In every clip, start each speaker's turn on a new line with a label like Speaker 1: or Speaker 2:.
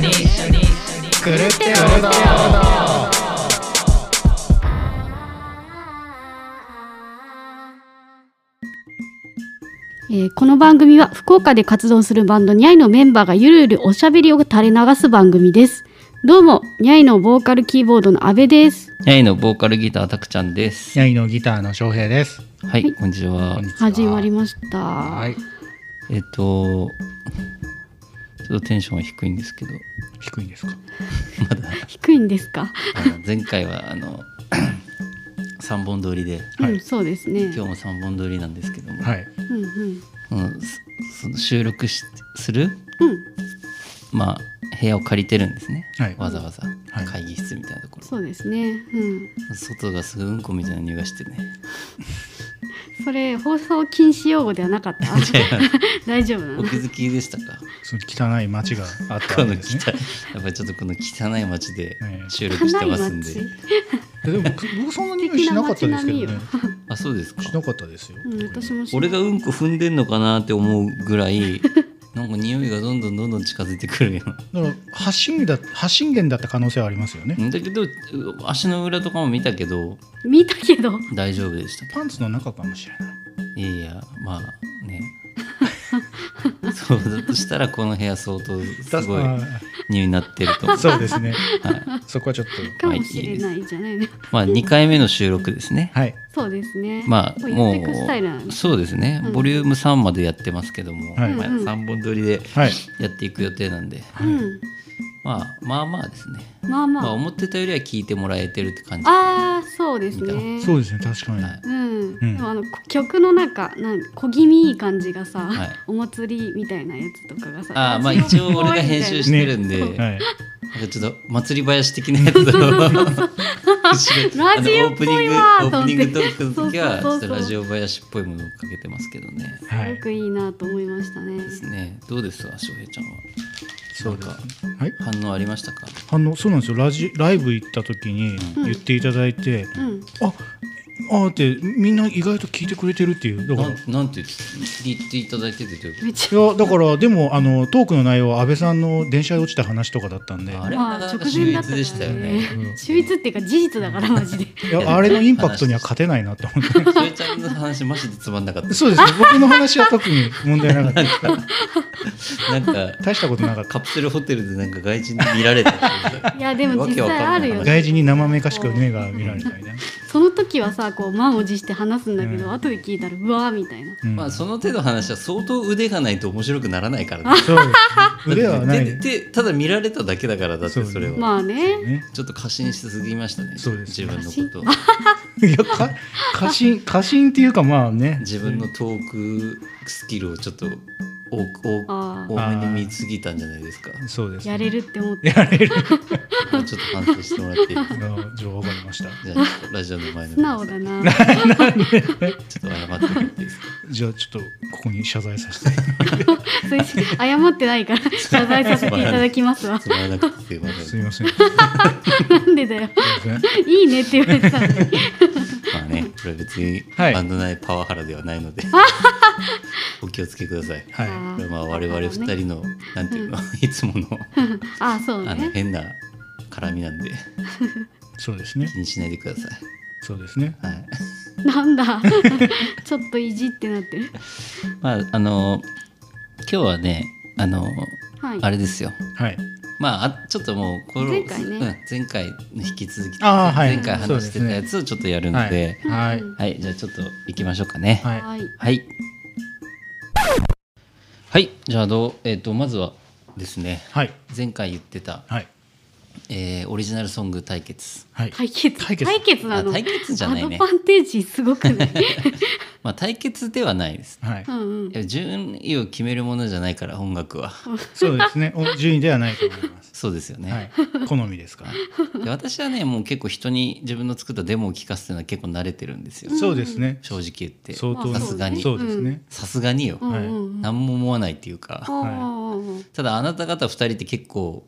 Speaker 1: 狂ってるぞ
Speaker 2: えーこの番組は福岡で活動するバンドニャイのメンバーがゆるゆるおしゃべりを垂れ流す番組ですどうもニャイのボーカルキーボードの阿部です
Speaker 3: ヤイのボーカルギターたくちゃんです。
Speaker 1: ヤイのギターの翔平です。
Speaker 3: はい、こんにちは
Speaker 1: こん。にちは
Speaker 2: 始まりました、
Speaker 1: はい。
Speaker 3: えっと、ちょっとテンションは低いんですけど、
Speaker 1: 低いんですか。
Speaker 2: 低いんですか、
Speaker 3: あの前回はあの 3本撮りで、
Speaker 1: はい
Speaker 2: うんそうですね
Speaker 3: 今日も3本撮りなんですけども、
Speaker 1: はい。
Speaker 2: うんうん
Speaker 3: そのすその収録しする、
Speaker 2: うん
Speaker 3: まあ、部屋を借りてるんですね、
Speaker 1: はい
Speaker 3: わざわざ
Speaker 1: はい
Speaker 3: 会議室みたいなところ、
Speaker 2: そうですねうん
Speaker 3: 外がすぐうんこみたいな匂いがしてね
Speaker 2: それ放送禁止用語ではなかった 大丈夫なの
Speaker 3: お気づきでした か
Speaker 1: その汚い街があった
Speaker 3: こ
Speaker 1: ん
Speaker 3: の
Speaker 1: ですね。
Speaker 3: 汚いやっぱりちょっとこの汚い街で
Speaker 1: ええ
Speaker 3: 収録して
Speaker 2: 汚
Speaker 3: ま
Speaker 2: い
Speaker 3: すんで、
Speaker 2: 街
Speaker 1: ででも僕僕そんな匂いしなかったですけど
Speaker 2: 素敵な
Speaker 1: ね。
Speaker 3: あそうですか
Speaker 1: しなかったですよ。
Speaker 2: うん私も知らな
Speaker 3: 俺
Speaker 2: い
Speaker 3: がうんこ踏んでんのかなって思うぐらい なんか匂いがどんどんどんどん近づいてくるよ
Speaker 1: だから発信源だ発信源だった可能性はありますよね。
Speaker 3: だけどう足の裏とかも見たけど
Speaker 2: 見たけど
Speaker 3: 大丈夫でした
Speaker 1: パンツの中かもしれない。
Speaker 3: いやいやまあ ねそうだとしたらこの部屋相当すごい
Speaker 1: あ
Speaker 3: 匂いになってると
Speaker 1: ー
Speaker 3: 思う
Speaker 1: そうですね。そこはちょっと
Speaker 2: かもしれないじゃないの、
Speaker 3: まあ2回目の収録ですね
Speaker 1: はい
Speaker 2: そうですね
Speaker 3: まあ
Speaker 2: もう
Speaker 3: も
Speaker 2: やってくスタイルなん
Speaker 3: う
Speaker 2: です
Speaker 3: そうですね
Speaker 2: うん
Speaker 3: ボリューム3までやってますけども、
Speaker 1: はい
Speaker 3: まあ、3本撮りで
Speaker 1: はい。
Speaker 3: やっていく予定なんで、
Speaker 2: うん
Speaker 3: まあまあまあですね
Speaker 2: まあまあ、
Speaker 3: まあ思ってたよりは聞いてもらえてるって感じ
Speaker 2: ああそうですね
Speaker 1: そうですね確かに。
Speaker 3: はい
Speaker 2: うん、
Speaker 1: うん
Speaker 2: でもあのこ曲の中なん小気味いい感じがさ、
Speaker 3: はい
Speaker 2: お祭りみたいなやつとかがさ
Speaker 3: ああまあ一応俺が編集してるんで、な
Speaker 1: はい。
Speaker 3: んかちょっと祭り林的なやつを後ろ
Speaker 2: ラジオっぽいわ
Speaker 3: あのオープニングオープニング
Speaker 2: と
Speaker 3: ト
Speaker 2: 思って
Speaker 3: ークの時はち
Speaker 2: そう
Speaker 3: ょ
Speaker 2: そうそうそう
Speaker 3: っとラジオ林っぽいものをかけてますけどね。
Speaker 1: は
Speaker 2: す
Speaker 1: い
Speaker 2: ご。くいいなと思いましたね
Speaker 3: ですね。どうですか翔平ちゃんは。
Speaker 1: そうですねはい。
Speaker 3: なんか反応ありましたか。
Speaker 1: 反応そうなんですよラジライブ行った時に
Speaker 2: うん
Speaker 1: 言っていただいて、
Speaker 2: うん
Speaker 1: ああーってみんな意外と聞いてくれてるっていうだか
Speaker 3: な
Speaker 1: ら
Speaker 3: んなんて言っていただいててどういうこ
Speaker 2: めっち
Speaker 1: いやだからでもあのトークの内容は安倍さんの電車で落ちた話とかだったんで
Speaker 3: と。
Speaker 1: あ
Speaker 3: あ
Speaker 1: れ
Speaker 3: れ
Speaker 2: まあ
Speaker 3: はなかなか
Speaker 2: 直
Speaker 3: 秀
Speaker 2: 前だった
Speaker 3: 逸でしたよね。
Speaker 2: から秀逸っていうか事実だからマジ で
Speaker 1: いやあれのインパクトには勝てないなと思っ
Speaker 3: 翔平ちゃんの話マジでつまんなかった
Speaker 1: て。そうですね僕の話は特に問題なかっ
Speaker 3: なんか
Speaker 1: た大したことなかった
Speaker 3: カプセルホテルでなんか外人に見られた。
Speaker 2: いやでも実際あるよ
Speaker 3: わけわかんない
Speaker 1: 外人に生めかしく目が見られたみたいな、
Speaker 2: その時はさこう満を持して話すんだけど、
Speaker 1: うん
Speaker 2: 後で聞いたらうわーみたいな
Speaker 1: うん
Speaker 3: まあその手の話は相当腕がないと面白くならないからね。
Speaker 1: そうですね腕はない
Speaker 3: ででただ見られただけだからだってそれは、
Speaker 2: まあね
Speaker 1: ね
Speaker 3: ちょっと過信しすぎましたね
Speaker 1: そうです
Speaker 3: 自分 のことを
Speaker 1: いやか 過信過信っていうかまあね
Speaker 3: 自分のトークスキルをちょっと多く多く
Speaker 2: あ
Speaker 3: 多めに見すぎたんじゃないですか
Speaker 1: そうです
Speaker 2: ーやれるって思って
Speaker 1: やれる
Speaker 3: もうちょっと反省してもらっていいです
Speaker 1: い
Speaker 3: か
Speaker 1: やじゃあわかりました
Speaker 3: じゃあちょっとラジオの前の
Speaker 2: 素
Speaker 3: 皆
Speaker 2: 直
Speaker 3: さん
Speaker 2: だ
Speaker 3: ち
Speaker 2: な
Speaker 3: ょっと謝ってもらっていいですか
Speaker 1: じゃあちょっとここに謝罪させて
Speaker 2: それ謝ってないから謝罪させていただきますわ
Speaker 3: つまらなくてすいませ
Speaker 1: す
Speaker 3: ん
Speaker 1: みません。
Speaker 2: なんでだよ いいねって言われてたのに
Speaker 3: まあねこれは別に
Speaker 1: はい
Speaker 3: バンド内パワハラで はないのでお気をつけください
Speaker 1: は
Speaker 2: あ
Speaker 3: これはまあ
Speaker 2: ー
Speaker 3: 我々二人のなんていうのいつもの
Speaker 2: あそう
Speaker 3: あの
Speaker 2: ね
Speaker 3: 変な絡みなんで
Speaker 1: い、そうですね。
Speaker 3: 気にしないでください。
Speaker 1: そうですね。
Speaker 3: はい、
Speaker 2: なん だちょっと意地ってなってる
Speaker 3: まああの今日はねあの
Speaker 2: はい
Speaker 3: あれですよ。
Speaker 1: はい。
Speaker 3: まああちょっともうこの
Speaker 2: 前回ね
Speaker 3: うん前回の引き続き
Speaker 1: あーはい
Speaker 3: 前回話してたやつをちょっとやるので、
Speaker 1: はい。はい。
Speaker 3: はい、じゃあちょっと行きましょうかね。はい、
Speaker 1: はい。
Speaker 2: はい
Speaker 3: はい、じゃあどうえっ、とまずはですね
Speaker 1: はい。
Speaker 3: 前回言ってた、
Speaker 1: はい。
Speaker 3: えーオリジナルソング対決。
Speaker 1: はい。
Speaker 2: 対決
Speaker 1: 対決
Speaker 2: なの
Speaker 3: あ対決じゃないね
Speaker 2: アドバンテージすごくない
Speaker 3: まあ対決ではないです。
Speaker 1: はい
Speaker 2: うんうん
Speaker 3: いや順位を決めるものじゃないから音楽は。
Speaker 1: そうですね。お順位ではないと思います。
Speaker 3: そうですよね。
Speaker 1: はい。好みですから。
Speaker 3: で私はねもう結構人に自分の作ったデモを聴かすっていうのは結構慣れてるんですよ、
Speaker 1: そうですね。
Speaker 3: 正直言って
Speaker 1: 相当
Speaker 2: まあ
Speaker 3: さすがに
Speaker 1: そうですね。
Speaker 3: さすがによ、
Speaker 2: うんうんうん
Speaker 3: 何も思わないっていうか
Speaker 2: おーおーおー
Speaker 3: ただあなた方2人って結構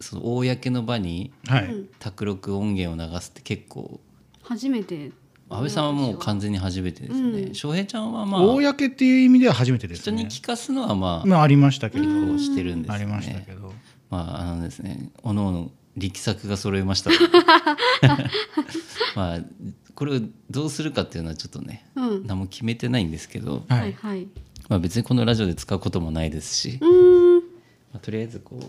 Speaker 3: その公の場に
Speaker 1: は
Speaker 2: う
Speaker 1: い
Speaker 2: ん。
Speaker 3: 卓録音源を流すって結構
Speaker 2: 初めて
Speaker 3: 安倍さんはもう完全に初めてです
Speaker 2: う
Speaker 3: ね
Speaker 2: ん
Speaker 3: 翔平ちゃんはまあ
Speaker 1: 公っていう意味では初めてです
Speaker 3: 人
Speaker 1: ね
Speaker 3: に聞かすのはまあ
Speaker 1: まあありましたけど、
Speaker 3: 結構してるんです
Speaker 1: あり
Speaker 3: よ
Speaker 1: ましたけ
Speaker 3: ね
Speaker 1: ど
Speaker 3: まああのですねおのおの力作が揃え ましたまあこれをどうするかっていうのはちょっとね
Speaker 2: うん
Speaker 3: 何も決めてないんですけど、
Speaker 1: はい、
Speaker 2: はいはい
Speaker 3: まあ、別にこのラジオで使うこともないですし、
Speaker 2: うーん
Speaker 3: まあ、とりあえずこう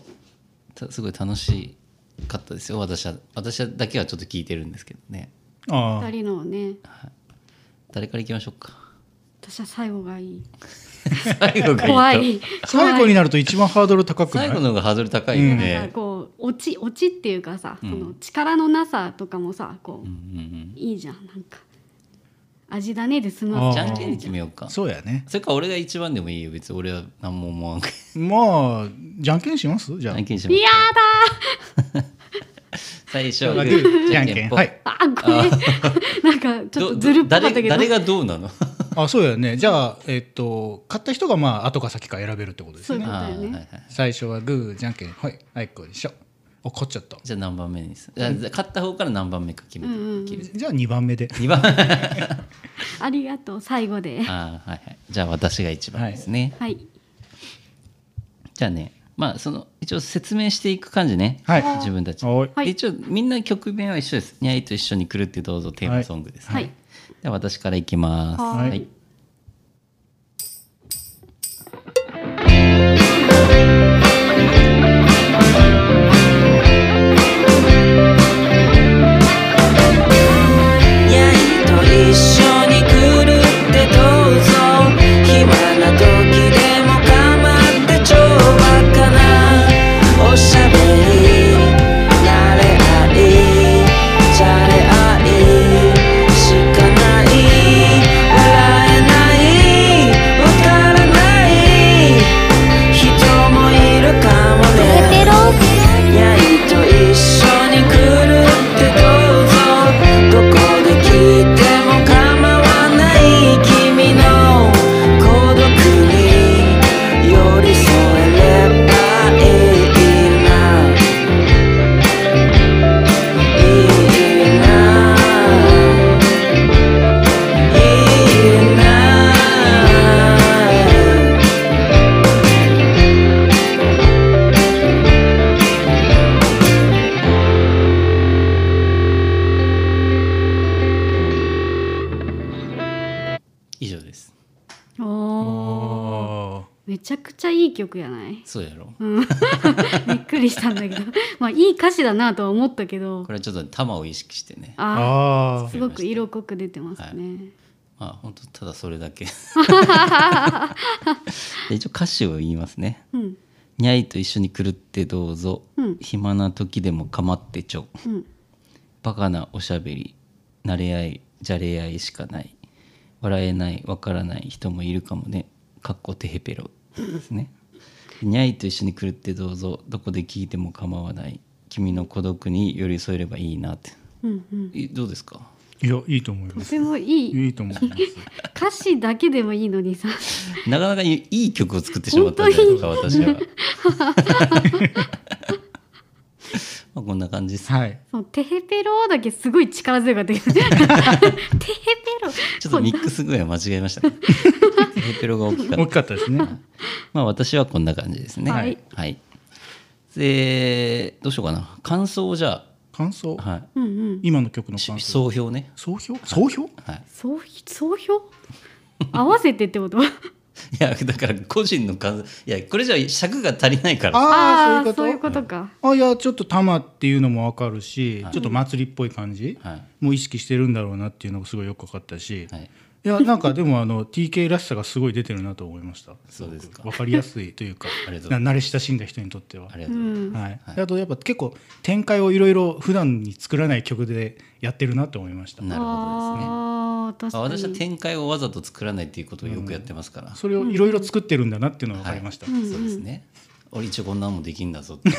Speaker 3: たすごい楽しかったですよ私は私はだけはちょっと聞いてるんですけどね
Speaker 1: あ
Speaker 2: 二
Speaker 1: あ
Speaker 2: 人のね
Speaker 3: 誰から行きましょ うか
Speaker 2: 私は最後がいい
Speaker 3: 最後が
Speaker 2: 怖
Speaker 3: いい
Speaker 2: い
Speaker 1: 最後になると一番ハードル高
Speaker 3: と
Speaker 1: くない
Speaker 3: 最後の方がハードル高いよ
Speaker 2: なん
Speaker 3: ね
Speaker 2: か、こう落ち落ちっていうかさ、
Speaker 3: うん
Speaker 2: その力のなさとかもさこう、
Speaker 3: うんうん
Speaker 2: いいじゃんなんか味だねで済
Speaker 3: う
Speaker 1: あ
Speaker 2: ま
Speaker 3: ん、
Speaker 1: ー
Speaker 3: じゃんけんで決めようかそ
Speaker 1: そうやね
Speaker 3: れか俺が一番でもいいよ別に俺は何も思わんけど
Speaker 1: まあじゃんけんしますじゃ
Speaker 3: じ
Speaker 1: あ
Speaker 3: ゃんけんし
Speaker 2: い
Speaker 3: ま
Speaker 2: や
Speaker 3: す最初
Speaker 1: じ
Speaker 3: は
Speaker 1: ゃ
Speaker 3: グ
Speaker 1: ん
Speaker 3: ー
Speaker 1: けん
Speaker 3: ぽ
Speaker 1: はい
Speaker 2: だあごめん なんかちょっと
Speaker 3: ど
Speaker 2: ずるっぽかったけ
Speaker 3: 誰
Speaker 2: ど
Speaker 3: 誰がどうなの
Speaker 1: あそうやねじゃあえっと買った人がまあ後か先か選べるってことです
Speaker 2: そう
Speaker 1: ね
Speaker 2: だよね
Speaker 3: あーはいはい
Speaker 1: 最初はグーじゃんけんはいはいこうでしょあ勝っちゃった
Speaker 3: じゃあ何番目にするじゃあ勝った方から何番目か決めて、
Speaker 2: うんうん
Speaker 3: 決めて
Speaker 1: じゃあ2番目で
Speaker 3: 2番目
Speaker 2: ありがとう最後で
Speaker 3: あーはいはいじゃあ私が一番ですね、
Speaker 2: はい
Speaker 3: じゃあねまあその一応説明していく感じね、
Speaker 1: はい
Speaker 3: 自分たち、
Speaker 1: はい
Speaker 2: はい
Speaker 3: で一応みんな曲名は一緒です「にゃいと一緒に来るってどうぞ」テーマソングですね、
Speaker 2: はい
Speaker 3: では私からいきます
Speaker 2: はい
Speaker 4: やいと一緒に来るってどうぞ暇な時でも構ってちょうばかなおしゃべり慣れ合いじゃれ合いしかない笑えないわからない人もいるかもねやいと一緒に来るってどうぞどこで聞いても構わない君の孤独に寄り添えればいいないいないいな
Speaker 3: 以上です
Speaker 2: おー
Speaker 1: あ
Speaker 2: めちゃくちゃいい曲や ない
Speaker 3: そうやろ、
Speaker 2: びっくりしたんだけどまあいい歌詞だなとは思ったけど
Speaker 3: これはちょっと玉を意識してね
Speaker 2: あ
Speaker 1: あ
Speaker 2: ーすごく色濃く出てますね、
Speaker 3: まあ本当ただそれ だけで一応歌詞を言いますね
Speaker 2: うん
Speaker 3: 「にゃいと一緒に来るってどうぞ、
Speaker 2: うん
Speaker 3: 暇な時でも構ってちょ」
Speaker 2: うん
Speaker 3: バカなおしゃべり慣れ合いじゃれ合いしかない笑えないわからない人もいるかもねかっこてへぺろですねにゃいと一緒に来るってどうぞどこで聞いても構わない君の孤独に寄り添えればいいなって
Speaker 2: うんうん
Speaker 3: えどうですか
Speaker 1: いやいいと思いま
Speaker 2: と
Speaker 1: す
Speaker 2: てもいい
Speaker 1: いいと思います
Speaker 2: 歌詞だけでもいいのにさ
Speaker 3: なかなかいい曲を作ってしまったんじゃないですか私はまあこんな感じです
Speaker 1: はい
Speaker 2: そのテヘペロだけすごい力強かったけ どテヘペロ
Speaker 3: ちょっとミックス具合を間違え ましたねテヘペロが大きかった
Speaker 1: 大きかったですね
Speaker 3: まあ私はこんな感じですね。
Speaker 2: はい。
Speaker 3: で、どうしようかな。感想をじゃ
Speaker 1: 感想
Speaker 3: あ、は
Speaker 2: うんうん
Speaker 1: 今の曲の
Speaker 3: い。し
Speaker 1: 感想
Speaker 3: 総評ね。
Speaker 1: 総評総評
Speaker 3: はい。
Speaker 2: 総ひ総評 合わせてってこと
Speaker 3: いや、だから個人の感想、いや、これじゃ尺が足りないから。
Speaker 1: ああ
Speaker 2: ー
Speaker 1: そういうこと
Speaker 2: とか、
Speaker 1: あいやちょっと玉っていうのも分かるし、
Speaker 3: はい
Speaker 1: ちょっと祭りっぽい感じ、
Speaker 3: はい。
Speaker 1: もう意識してるんだろうなっていうのがすごいよく分かったし、
Speaker 3: はい。
Speaker 1: いやなんかでもあの TK らしさがすごい出てるなと思いました
Speaker 3: そうですか
Speaker 1: 分かりやすいというか
Speaker 3: ありがとうござ
Speaker 1: ない慣れ親しんだ人にとっては
Speaker 3: ありが
Speaker 2: う
Speaker 3: とうございます。
Speaker 2: ん、
Speaker 1: はい、であとやっぱ結構展開をいろいろ普段に作らない曲でやってるなと思いました、
Speaker 3: なるほど
Speaker 2: あ
Speaker 3: ですね。
Speaker 2: ー確
Speaker 3: まあ
Speaker 2: かに
Speaker 3: 私は展開をわざと作らないっていうことをよくやってますから。
Speaker 1: それをいろいろ作ってるんだなっていうのが分かりました、
Speaker 2: うん
Speaker 3: そうですね。俺一応こんなんもできんだぞって。で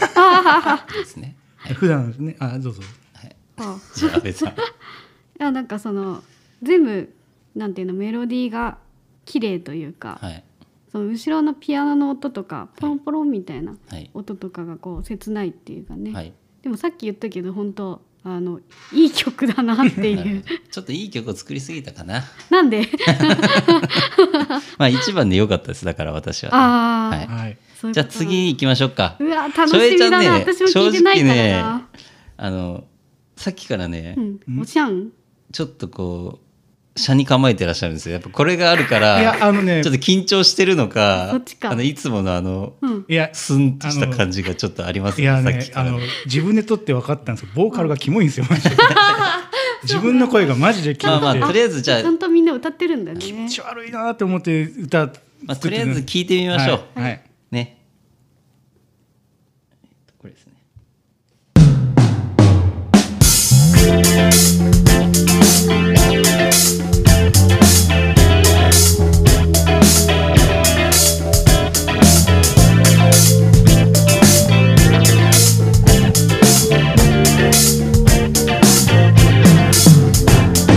Speaker 3: すね。
Speaker 1: 普段ですねあどうぞ
Speaker 3: はい。
Speaker 2: あ
Speaker 3: じゃあ、安倍さん。
Speaker 2: いやなんかその全部なんていうのメロディーが綺麗というか、
Speaker 3: はい。
Speaker 2: その後ろのピアノの音とかポロンポロンみたいな
Speaker 3: はい。
Speaker 2: 音とかがこう切ないっていうかね、
Speaker 3: はい。
Speaker 2: でもさっき言ったけど本当あのいい曲だなって
Speaker 3: なる
Speaker 2: い
Speaker 3: ほ
Speaker 2: う
Speaker 3: どちょっといい曲を作りすぎたかな
Speaker 2: なんで
Speaker 3: まあ一番で良かったですだから私は、
Speaker 2: あー
Speaker 3: はい
Speaker 1: はい。
Speaker 2: そういうことな
Speaker 3: じゃあ次行きましょうか
Speaker 2: うわ楽しみだな、
Speaker 3: 翔平
Speaker 2: 私も聞いてないからな、
Speaker 3: あのさっきからね、
Speaker 2: うん、おじゃん
Speaker 3: ちょっとこう車に構えてらっしゃるんですよやっぱこれがあるから
Speaker 1: いやあのね
Speaker 3: ちょっと緊張してるのか
Speaker 2: そっちか
Speaker 3: あのいつものあの、
Speaker 2: うん
Speaker 1: いや、
Speaker 3: スンとした感じがちょっとあります
Speaker 1: いや
Speaker 3: さっ
Speaker 1: ね
Speaker 3: き、か
Speaker 1: あ
Speaker 3: ら
Speaker 1: の自分で撮って分かったんですけど、ボーカルがキモいんですよ。マ ジで自分の声がマジでキモ
Speaker 3: まあ
Speaker 1: くて、
Speaker 3: まあとりあえずじゃあ
Speaker 2: ちゃんとみんな歌ってるんだよ
Speaker 1: 気
Speaker 2: ね
Speaker 1: 持ち悪いなと思って歌作って
Speaker 3: まあ、とりあえず聞いてみましょう。
Speaker 1: はいはい
Speaker 3: ね。えっとこれですね。
Speaker 5: こ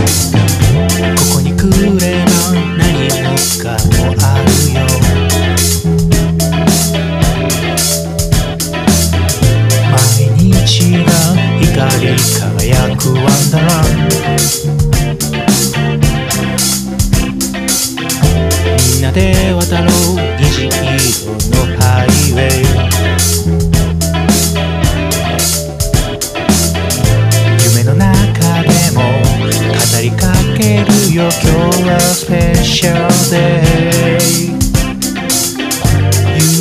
Speaker 5: こに来れば何もかもあるよ毎日が光り輝くワンダーランドみんなで渡ろう虹色のハイウェイ夢の中でも語りかけるよ今日はスペシャルデイ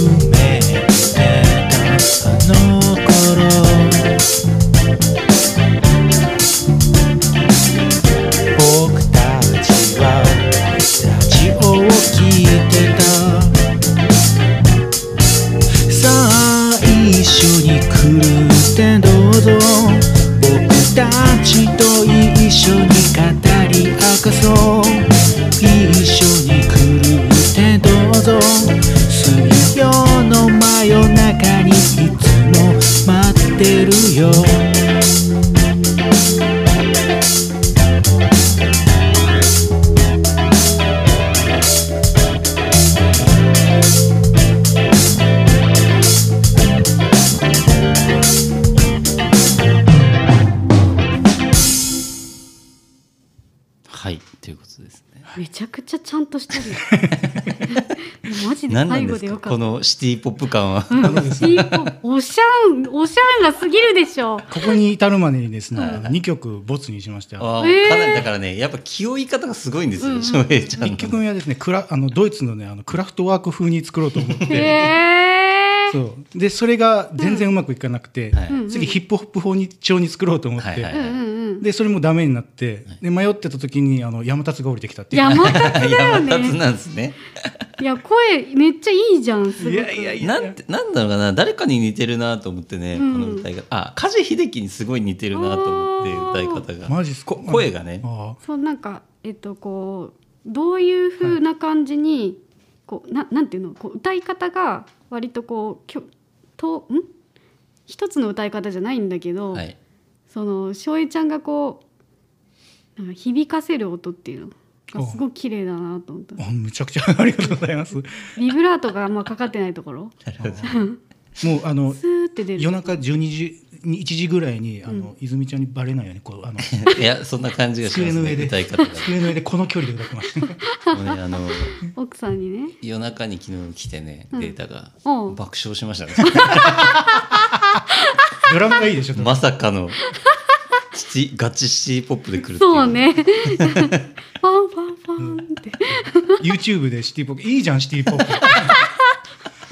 Speaker 5: 夢でたあの頃僕たちはラジオを聞いてたさあ一緒に来るってどうぞ僕たちと一緒に語り明かそう一緒に来るってどうぞ水曜の真夜中にいつも待ってるよ
Speaker 3: はい、ということですね。
Speaker 2: めちゃくちゃちゃんとして るマジで
Speaker 3: 何なん
Speaker 2: 最
Speaker 3: で
Speaker 2: 後
Speaker 3: す
Speaker 2: で
Speaker 3: か
Speaker 2: よか
Speaker 3: こ
Speaker 2: った
Speaker 3: のシティポップ感は。
Speaker 2: うんシーポンおしゃんおしゃんが過ぎるでしょ
Speaker 1: ここに至るまでにですね、2曲ボツにしましたよ。
Speaker 3: あ
Speaker 2: え
Speaker 3: ー
Speaker 2: ー
Speaker 3: かなりだからね、やっぱ気負い方がすごいんですよ、翔平ちゃん
Speaker 1: 1曲
Speaker 3: の。
Speaker 1: 目はですね、クラあのドイツのねあのクラフトワーク風に作ろうと思っ
Speaker 2: へ
Speaker 1: て、
Speaker 2: えー、
Speaker 1: そうでそれが全然うまくいかなくて、
Speaker 3: はい
Speaker 1: 次ヒップホップ法に調に作ろうと思って、
Speaker 3: はいは
Speaker 2: う
Speaker 3: い
Speaker 2: ん
Speaker 3: はい。
Speaker 2: うんうん
Speaker 1: でそれもダメになって、で迷ってた時にあの山立が降りてきたっていう。
Speaker 2: 山達だよ
Speaker 3: 山立
Speaker 2: ね
Speaker 3: なんですね。
Speaker 2: いや声めっちゃいいじゃんすごく
Speaker 3: なんて、なんだろうかな、誰かに似てるなと思ってね、この歌い方。あ、梶秀樹にすごい似てるなと思って、歌い方が。
Speaker 1: マジっすか
Speaker 3: こ声がね
Speaker 1: あ
Speaker 2: そうなんかえっとこうどういう風な感じに、こうななんていうのこう歌い方が割とこうきょとん一つの歌い方じゃないんだけど、
Speaker 3: はい。
Speaker 2: その翔平ちゃんがこうなんか響かせる音っていうのがすごく綺麗だなと思った
Speaker 1: ーあむちゃくちゃ ありがとうございますもう
Speaker 2: ビブラートがあんまかかってないところ
Speaker 1: あの
Speaker 2: スーって出る
Speaker 1: 夜中12時1時ぐらいにあの、泉ちゃんにバレないようにこうあの
Speaker 3: いや、そんな感じがしま
Speaker 1: 机
Speaker 3: す
Speaker 1: の上
Speaker 3: ね、
Speaker 1: で
Speaker 3: 歌い方が。
Speaker 1: 机の上でこの距離で歌ってました
Speaker 3: もうねあの
Speaker 2: 奥さんにね
Speaker 3: 夜中に昨日来てね、データが
Speaker 2: おう
Speaker 3: 爆笑しましたね。
Speaker 1: ドラムがいいでしょ
Speaker 3: まさかのシティガチシティポップで来るっていう
Speaker 2: そうね ファンファンファンって
Speaker 1: YouTube でシティポップいいじゃんシティポップ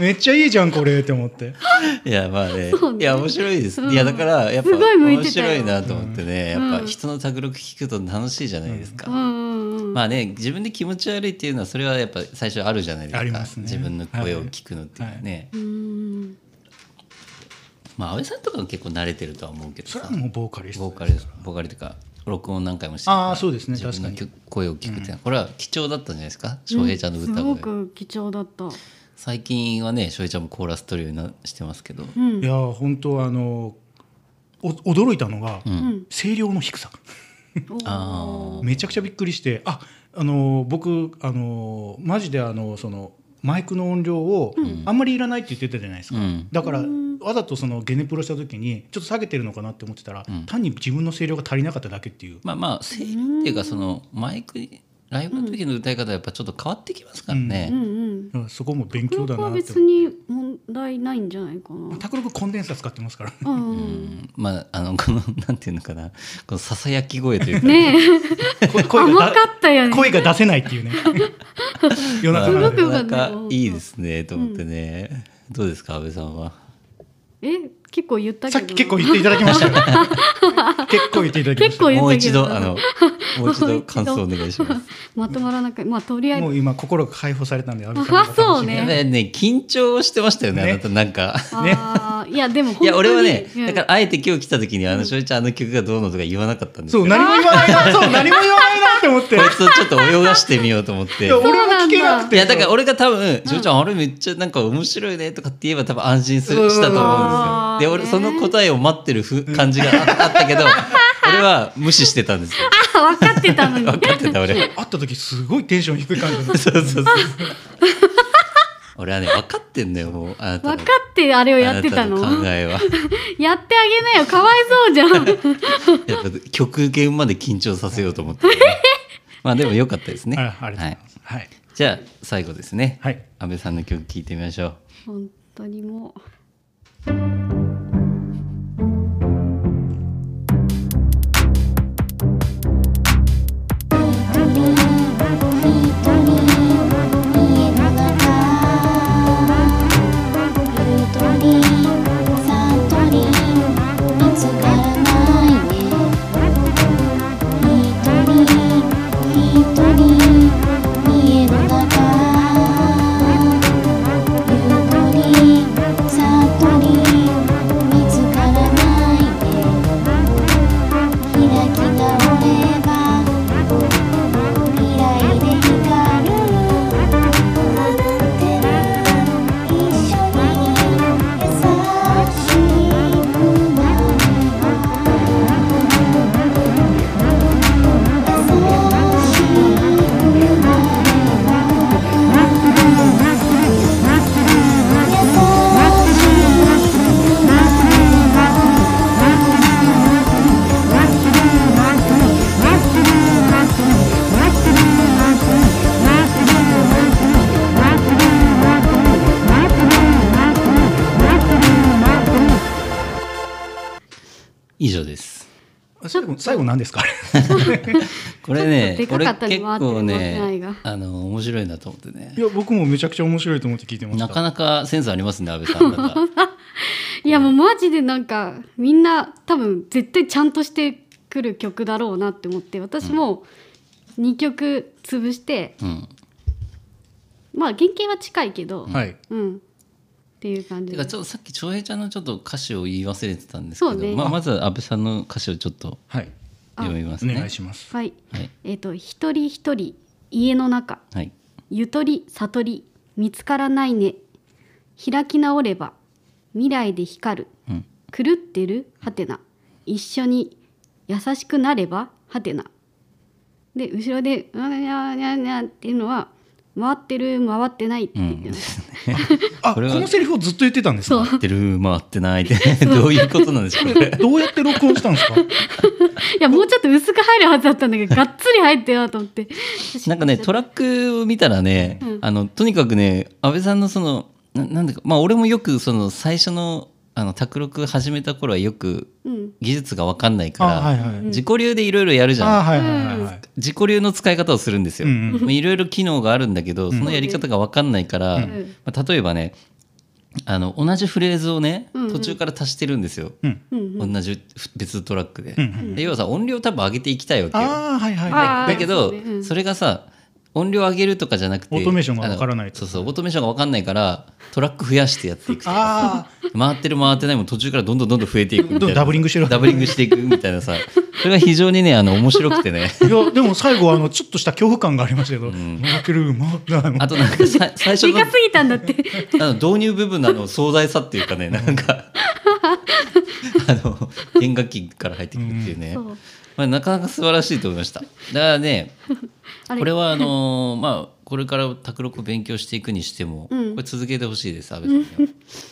Speaker 1: めっちゃいいじゃんこれって思って
Speaker 3: いやまあね
Speaker 2: そうね
Speaker 3: いや面白いです、
Speaker 2: うん
Speaker 3: いやだからやっぱ
Speaker 2: すごい向い
Speaker 3: 面
Speaker 2: てたよ
Speaker 3: 白いなと思ってね、
Speaker 2: うん
Speaker 3: やっぱ人の卓録聞くと楽しいじゃないですか、
Speaker 2: うんうんうん
Speaker 3: まあね自分で気持ち悪いっていうのはそれはやっぱ最初あるじゃないですか
Speaker 1: ありますね
Speaker 3: 自分の声を聞くのっていうのはね、
Speaker 2: うん
Speaker 3: まあ阿部さんとかは結構慣れてるとは思うけど
Speaker 1: それ
Speaker 3: さ
Speaker 1: はもうボーカリス
Speaker 3: ボ
Speaker 1: ト
Speaker 3: ーカルボーカルというか録音何回もしてるから
Speaker 1: ああそうですね
Speaker 3: 自
Speaker 1: 確
Speaker 3: 分
Speaker 1: か
Speaker 3: の
Speaker 1: に
Speaker 3: 曲声を聞くっていうのはこれは貴重だったんじゃないですか翔平ちゃんの歌
Speaker 2: す
Speaker 3: 声、
Speaker 2: ごく貴重だった。
Speaker 3: 最近はね翔平ちゃんもコーラス取るようになしてますけど、
Speaker 2: うん
Speaker 1: いやー本当あのお驚いたのが、
Speaker 2: ん
Speaker 1: 声量の低さ
Speaker 2: おー
Speaker 3: あ
Speaker 1: めちゃくちゃびっくりしてああのー僕あのーマジであのーそのマイクの音量をあんまりいらないって言ってたじゃないですか、
Speaker 3: うん
Speaker 1: だから
Speaker 2: うん
Speaker 1: わざとそのゲネプロした時にちょっと下げてるのかなって思ってたら、
Speaker 3: うん
Speaker 1: 単に自分の声量が足りなかっただけっていう、
Speaker 3: まあまあ整理っていうかそのマイクライブの時の歌い方はやっぱちょっと変わってきますから
Speaker 2: うん
Speaker 3: ね。
Speaker 2: うん
Speaker 1: うんそこも勉強
Speaker 2: 黒
Speaker 1: だ
Speaker 2: 子は
Speaker 1: なって
Speaker 2: 別に問題ないんじゃないかな
Speaker 1: 卓六コンデンサー使ってますから
Speaker 2: う
Speaker 3: うん
Speaker 2: ん
Speaker 3: まああのこのなんていうのかなこのささやき声というか、
Speaker 2: ねえ
Speaker 1: 声声
Speaker 2: 甘
Speaker 1: が
Speaker 2: かったよ
Speaker 1: だ
Speaker 2: ね
Speaker 1: 声が出せないって いうね夜
Speaker 3: まあ
Speaker 1: 中
Speaker 2: す
Speaker 1: な
Speaker 2: ご
Speaker 1: ん
Speaker 2: く
Speaker 1: で
Speaker 2: 良かった
Speaker 3: なかいいですねと思ってね。どうですか安倍さんは。
Speaker 2: え結構言ったけど
Speaker 1: さっき結構言っていただきましたよ 結構言っていただきまし
Speaker 2: 結
Speaker 1: た
Speaker 2: 構言
Speaker 3: もう
Speaker 2: ったけ
Speaker 3: 一
Speaker 2: ど
Speaker 3: 度あのもう一
Speaker 2: もう
Speaker 3: 度
Speaker 2: 一度
Speaker 3: 感想 お願いします。
Speaker 2: まとまらなくまあとりあえ
Speaker 1: も
Speaker 2: ず
Speaker 1: う今心が解放されたんで安倍さんの
Speaker 2: あそうね
Speaker 3: やべえね緊張してましたよね
Speaker 1: ね
Speaker 3: あなたなんか。
Speaker 1: ね
Speaker 2: あーい やでも本当
Speaker 3: い
Speaker 2: に
Speaker 3: や俺はね、
Speaker 2: うん
Speaker 3: だからあえて今日来た時にあのしおりちゃんあの曲がどうのとか言わなかったんですよ。
Speaker 1: そう何も言わないなそう何も言わないなって思って
Speaker 3: こいつをちょっと泳がしてみようと思 って。
Speaker 1: いや俺も聞けなく
Speaker 3: い
Speaker 1: て
Speaker 3: やだから俺が多分「しおりちゃんあれめっちゃなんか面白いね」とかって言えば多分安心するしたと思うんですよ。で
Speaker 2: う
Speaker 3: 俺
Speaker 2: ん
Speaker 3: その答えを待ってるふ感じがあ あったけど俺は無視してたんですよ。
Speaker 2: あ分かってたのに
Speaker 3: 分かってた俺。
Speaker 1: 会った時すごいテンション低い感じ
Speaker 3: そうそうそう。俺はね分かってんだよもうあなたの
Speaker 2: 分かってあれを
Speaker 3: あ
Speaker 2: やっ
Speaker 3: な
Speaker 2: てた
Speaker 3: た
Speaker 2: の
Speaker 3: の考えは。
Speaker 2: やってあげなよかわいそうじゃん
Speaker 3: やっぱ極限まで緊張させようと思 って、ね、まあでも良かったですね。
Speaker 1: あありがとうございますはい
Speaker 3: じゃあ最後ですね。
Speaker 1: はい
Speaker 3: 安倍さんの曲聞いてみましょう。
Speaker 2: 本当にもう
Speaker 3: 以上です。
Speaker 1: 最後最後何ですかあれ
Speaker 3: これね
Speaker 2: ちょっ、とで
Speaker 3: 俺
Speaker 2: かかった
Speaker 3: 結
Speaker 2: りもあって
Speaker 3: 構
Speaker 2: 間違い
Speaker 3: ね
Speaker 2: が、
Speaker 3: あの面白いなと思ってね
Speaker 1: い。や僕もめちゃくちゃ面白いと思って聞いてました
Speaker 3: なかなかセンスありますね安倍さん。なんか
Speaker 2: いやもうマジでなんかみんな多分絶対ちゃんとしてくる曲だろうなって思って私も2曲潰して、
Speaker 3: うん。
Speaker 2: まあ原型は近いけど、
Speaker 1: はい
Speaker 2: うんっていう感じ
Speaker 3: て
Speaker 2: で
Speaker 3: かちょっとさっき長平ちゃんのちょっと歌詞を言い忘れてたんですけ
Speaker 2: そ
Speaker 3: ど、
Speaker 2: うね
Speaker 3: まあまず安倍さんの歌詞をちょっと
Speaker 1: はい
Speaker 3: 読みます
Speaker 1: お
Speaker 3: ね。
Speaker 1: 願いします
Speaker 2: はい
Speaker 3: はい
Speaker 2: えっ、と一人一人家の中
Speaker 3: はい。
Speaker 2: ゆとり悟り見つからないね開き直れば未来で光る
Speaker 3: うん。
Speaker 2: 狂ってるはてな一緒に優しくなればはてなで後ろで「うわにゃにゃにゃ」っていうのは回ってる回ってないって言ってます、
Speaker 1: あ
Speaker 3: こ
Speaker 1: こ
Speaker 3: れは
Speaker 1: のセリフをずっと言ってたんですか
Speaker 2: そう
Speaker 3: 回ってる回ってないってどういうことなんでしょうこれ。
Speaker 1: どうやって録音したんですか
Speaker 2: いやもうちょっと薄く入るはずだったんだけどがっつり入ってるなと思って
Speaker 3: なんかねトラックを見たらね、あのとにかくね安倍さんのそのななんだかまあ俺もよくその最初のあの卓録始めた頃はよく
Speaker 2: うん
Speaker 3: 技術が分かんないか
Speaker 1: あ
Speaker 3: ら、
Speaker 1: はいはい
Speaker 3: 自己流でいろいろやるじ
Speaker 1: あ
Speaker 3: ゃん
Speaker 1: はいはいはいはい
Speaker 3: 自己流の使い方をするんですよ
Speaker 1: うんうん
Speaker 3: まあいろいろ機能があるんだけど、そのやり方が分かんないから、
Speaker 2: ん
Speaker 3: まあ、例えばねあの同じフレーズをね
Speaker 2: うんうん
Speaker 3: 途中から足してるんですよ、
Speaker 1: うん
Speaker 2: うん
Speaker 3: 同じ別トラックで,、
Speaker 1: うんうん
Speaker 3: で要はさ音量多分上げていきたいわけよ
Speaker 1: あーはいはい
Speaker 2: あー
Speaker 1: は
Speaker 3: だけど
Speaker 2: そ
Speaker 3: そ,、
Speaker 2: うねうん
Speaker 3: れがさ音量上げるとかじゃなくて
Speaker 1: オートメーションがわからない
Speaker 3: あのそうそうオートメーションがわかんないからトラック増やしてやっていくとか回ってる回ってないも途中からどんどんどんどん増えていくみた
Speaker 1: どん
Speaker 3: い
Speaker 1: ど
Speaker 3: なん
Speaker 1: ダブリングしてる
Speaker 3: ダブリングしていくみたいなさそれが非常にねあの面白くてね
Speaker 1: いいやでも最後あのちょっとした恐怖感がありましたけど回ってる回ってない
Speaker 3: あとなんかさ最初
Speaker 2: で
Speaker 3: の
Speaker 2: かすぎたんだって
Speaker 3: あの導入部分のあの壮大さっていうかねな んかあの弦楽器から入ってくるっていうね、
Speaker 2: うんそう
Speaker 3: まあ、なかなか素晴らしいと思いましただからね
Speaker 2: あれ
Speaker 3: これはあのーまあこれから卓録勉強していくにしても、
Speaker 2: うん
Speaker 3: これ続けてほしいです阿部さんには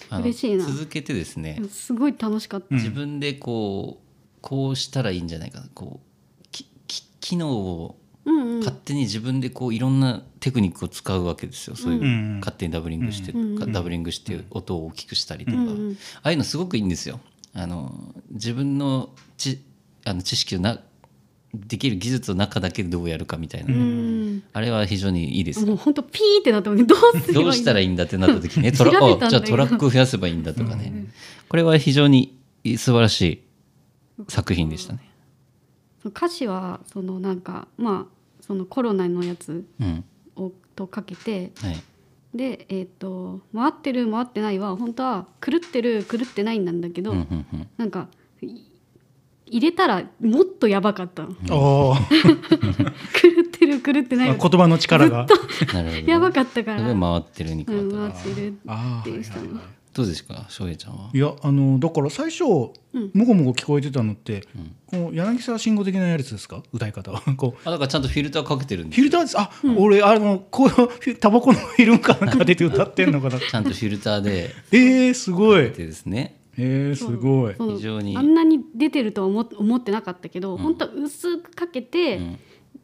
Speaker 3: あの
Speaker 2: 嬉しいな
Speaker 3: 続けてですね、
Speaker 2: すごい楽しかった、
Speaker 1: うん
Speaker 3: 自分でこうこうしたらいいんじゃないかなこうきき機能を
Speaker 2: うんうん
Speaker 3: 勝手に自分でこういろんなテクニックを使うわけですよそういう、
Speaker 1: うん
Speaker 3: 勝手にダブリングして、
Speaker 2: うん
Speaker 3: かダブリングして音を大きくしたりとか、
Speaker 2: うんうん
Speaker 3: ああいうのすごくいいんですよ。あの自分のちあの知識のなできる技術の中だけでどうやるかみたいな、
Speaker 2: うん
Speaker 3: あれは非常にいいですよ
Speaker 2: もう本当ピーってなってもどうすればいい
Speaker 3: どうしたらいいんだってなった時に ね
Speaker 2: 調べ
Speaker 3: ト
Speaker 2: た
Speaker 3: ラ
Speaker 2: んだ今
Speaker 3: あじゃあトラックを増やせばいいんだとかね、これは非常に素晴らしい作品でしたね。
Speaker 2: その歌詞はそのなんかまあそのコロナのやつ
Speaker 3: うん
Speaker 2: をとかけて
Speaker 3: はい
Speaker 2: でえっ、と「回ってる回ってない」は本当は「狂ってる狂ってない」なんだけど、
Speaker 3: うんうんうん
Speaker 2: なんかい入れたらもっとやばかったの 狂
Speaker 1: おー
Speaker 2: ってる狂ってな
Speaker 1: 言
Speaker 2: い
Speaker 1: 葉の力が
Speaker 3: なるほどね
Speaker 2: やばかったから、
Speaker 3: それが回ってるに変わ
Speaker 2: う
Speaker 3: っ
Speaker 2: ん、
Speaker 3: たな、
Speaker 2: 回ってる
Speaker 1: あ
Speaker 2: ってしたの
Speaker 3: どうですか翔平ちゃんはい
Speaker 1: やあのだから最初も
Speaker 2: うん
Speaker 1: ごもご聞こえてたのって、
Speaker 3: うん
Speaker 1: こう柳沢慎吾的なやつですか歌い方 はこう
Speaker 3: あだからちゃんとフィルターかけてるんで
Speaker 1: フィルターですあ、俺あのこうタバコのフィルムかなんか出て歌ってんのかな
Speaker 3: ちゃんとフィルターで
Speaker 1: えー、すごい
Speaker 3: でですね
Speaker 1: えー、すごい
Speaker 2: その
Speaker 3: 非常に
Speaker 2: あんなに出てるとは思思ってなかったけど、本当は薄くかけて、
Speaker 3: うん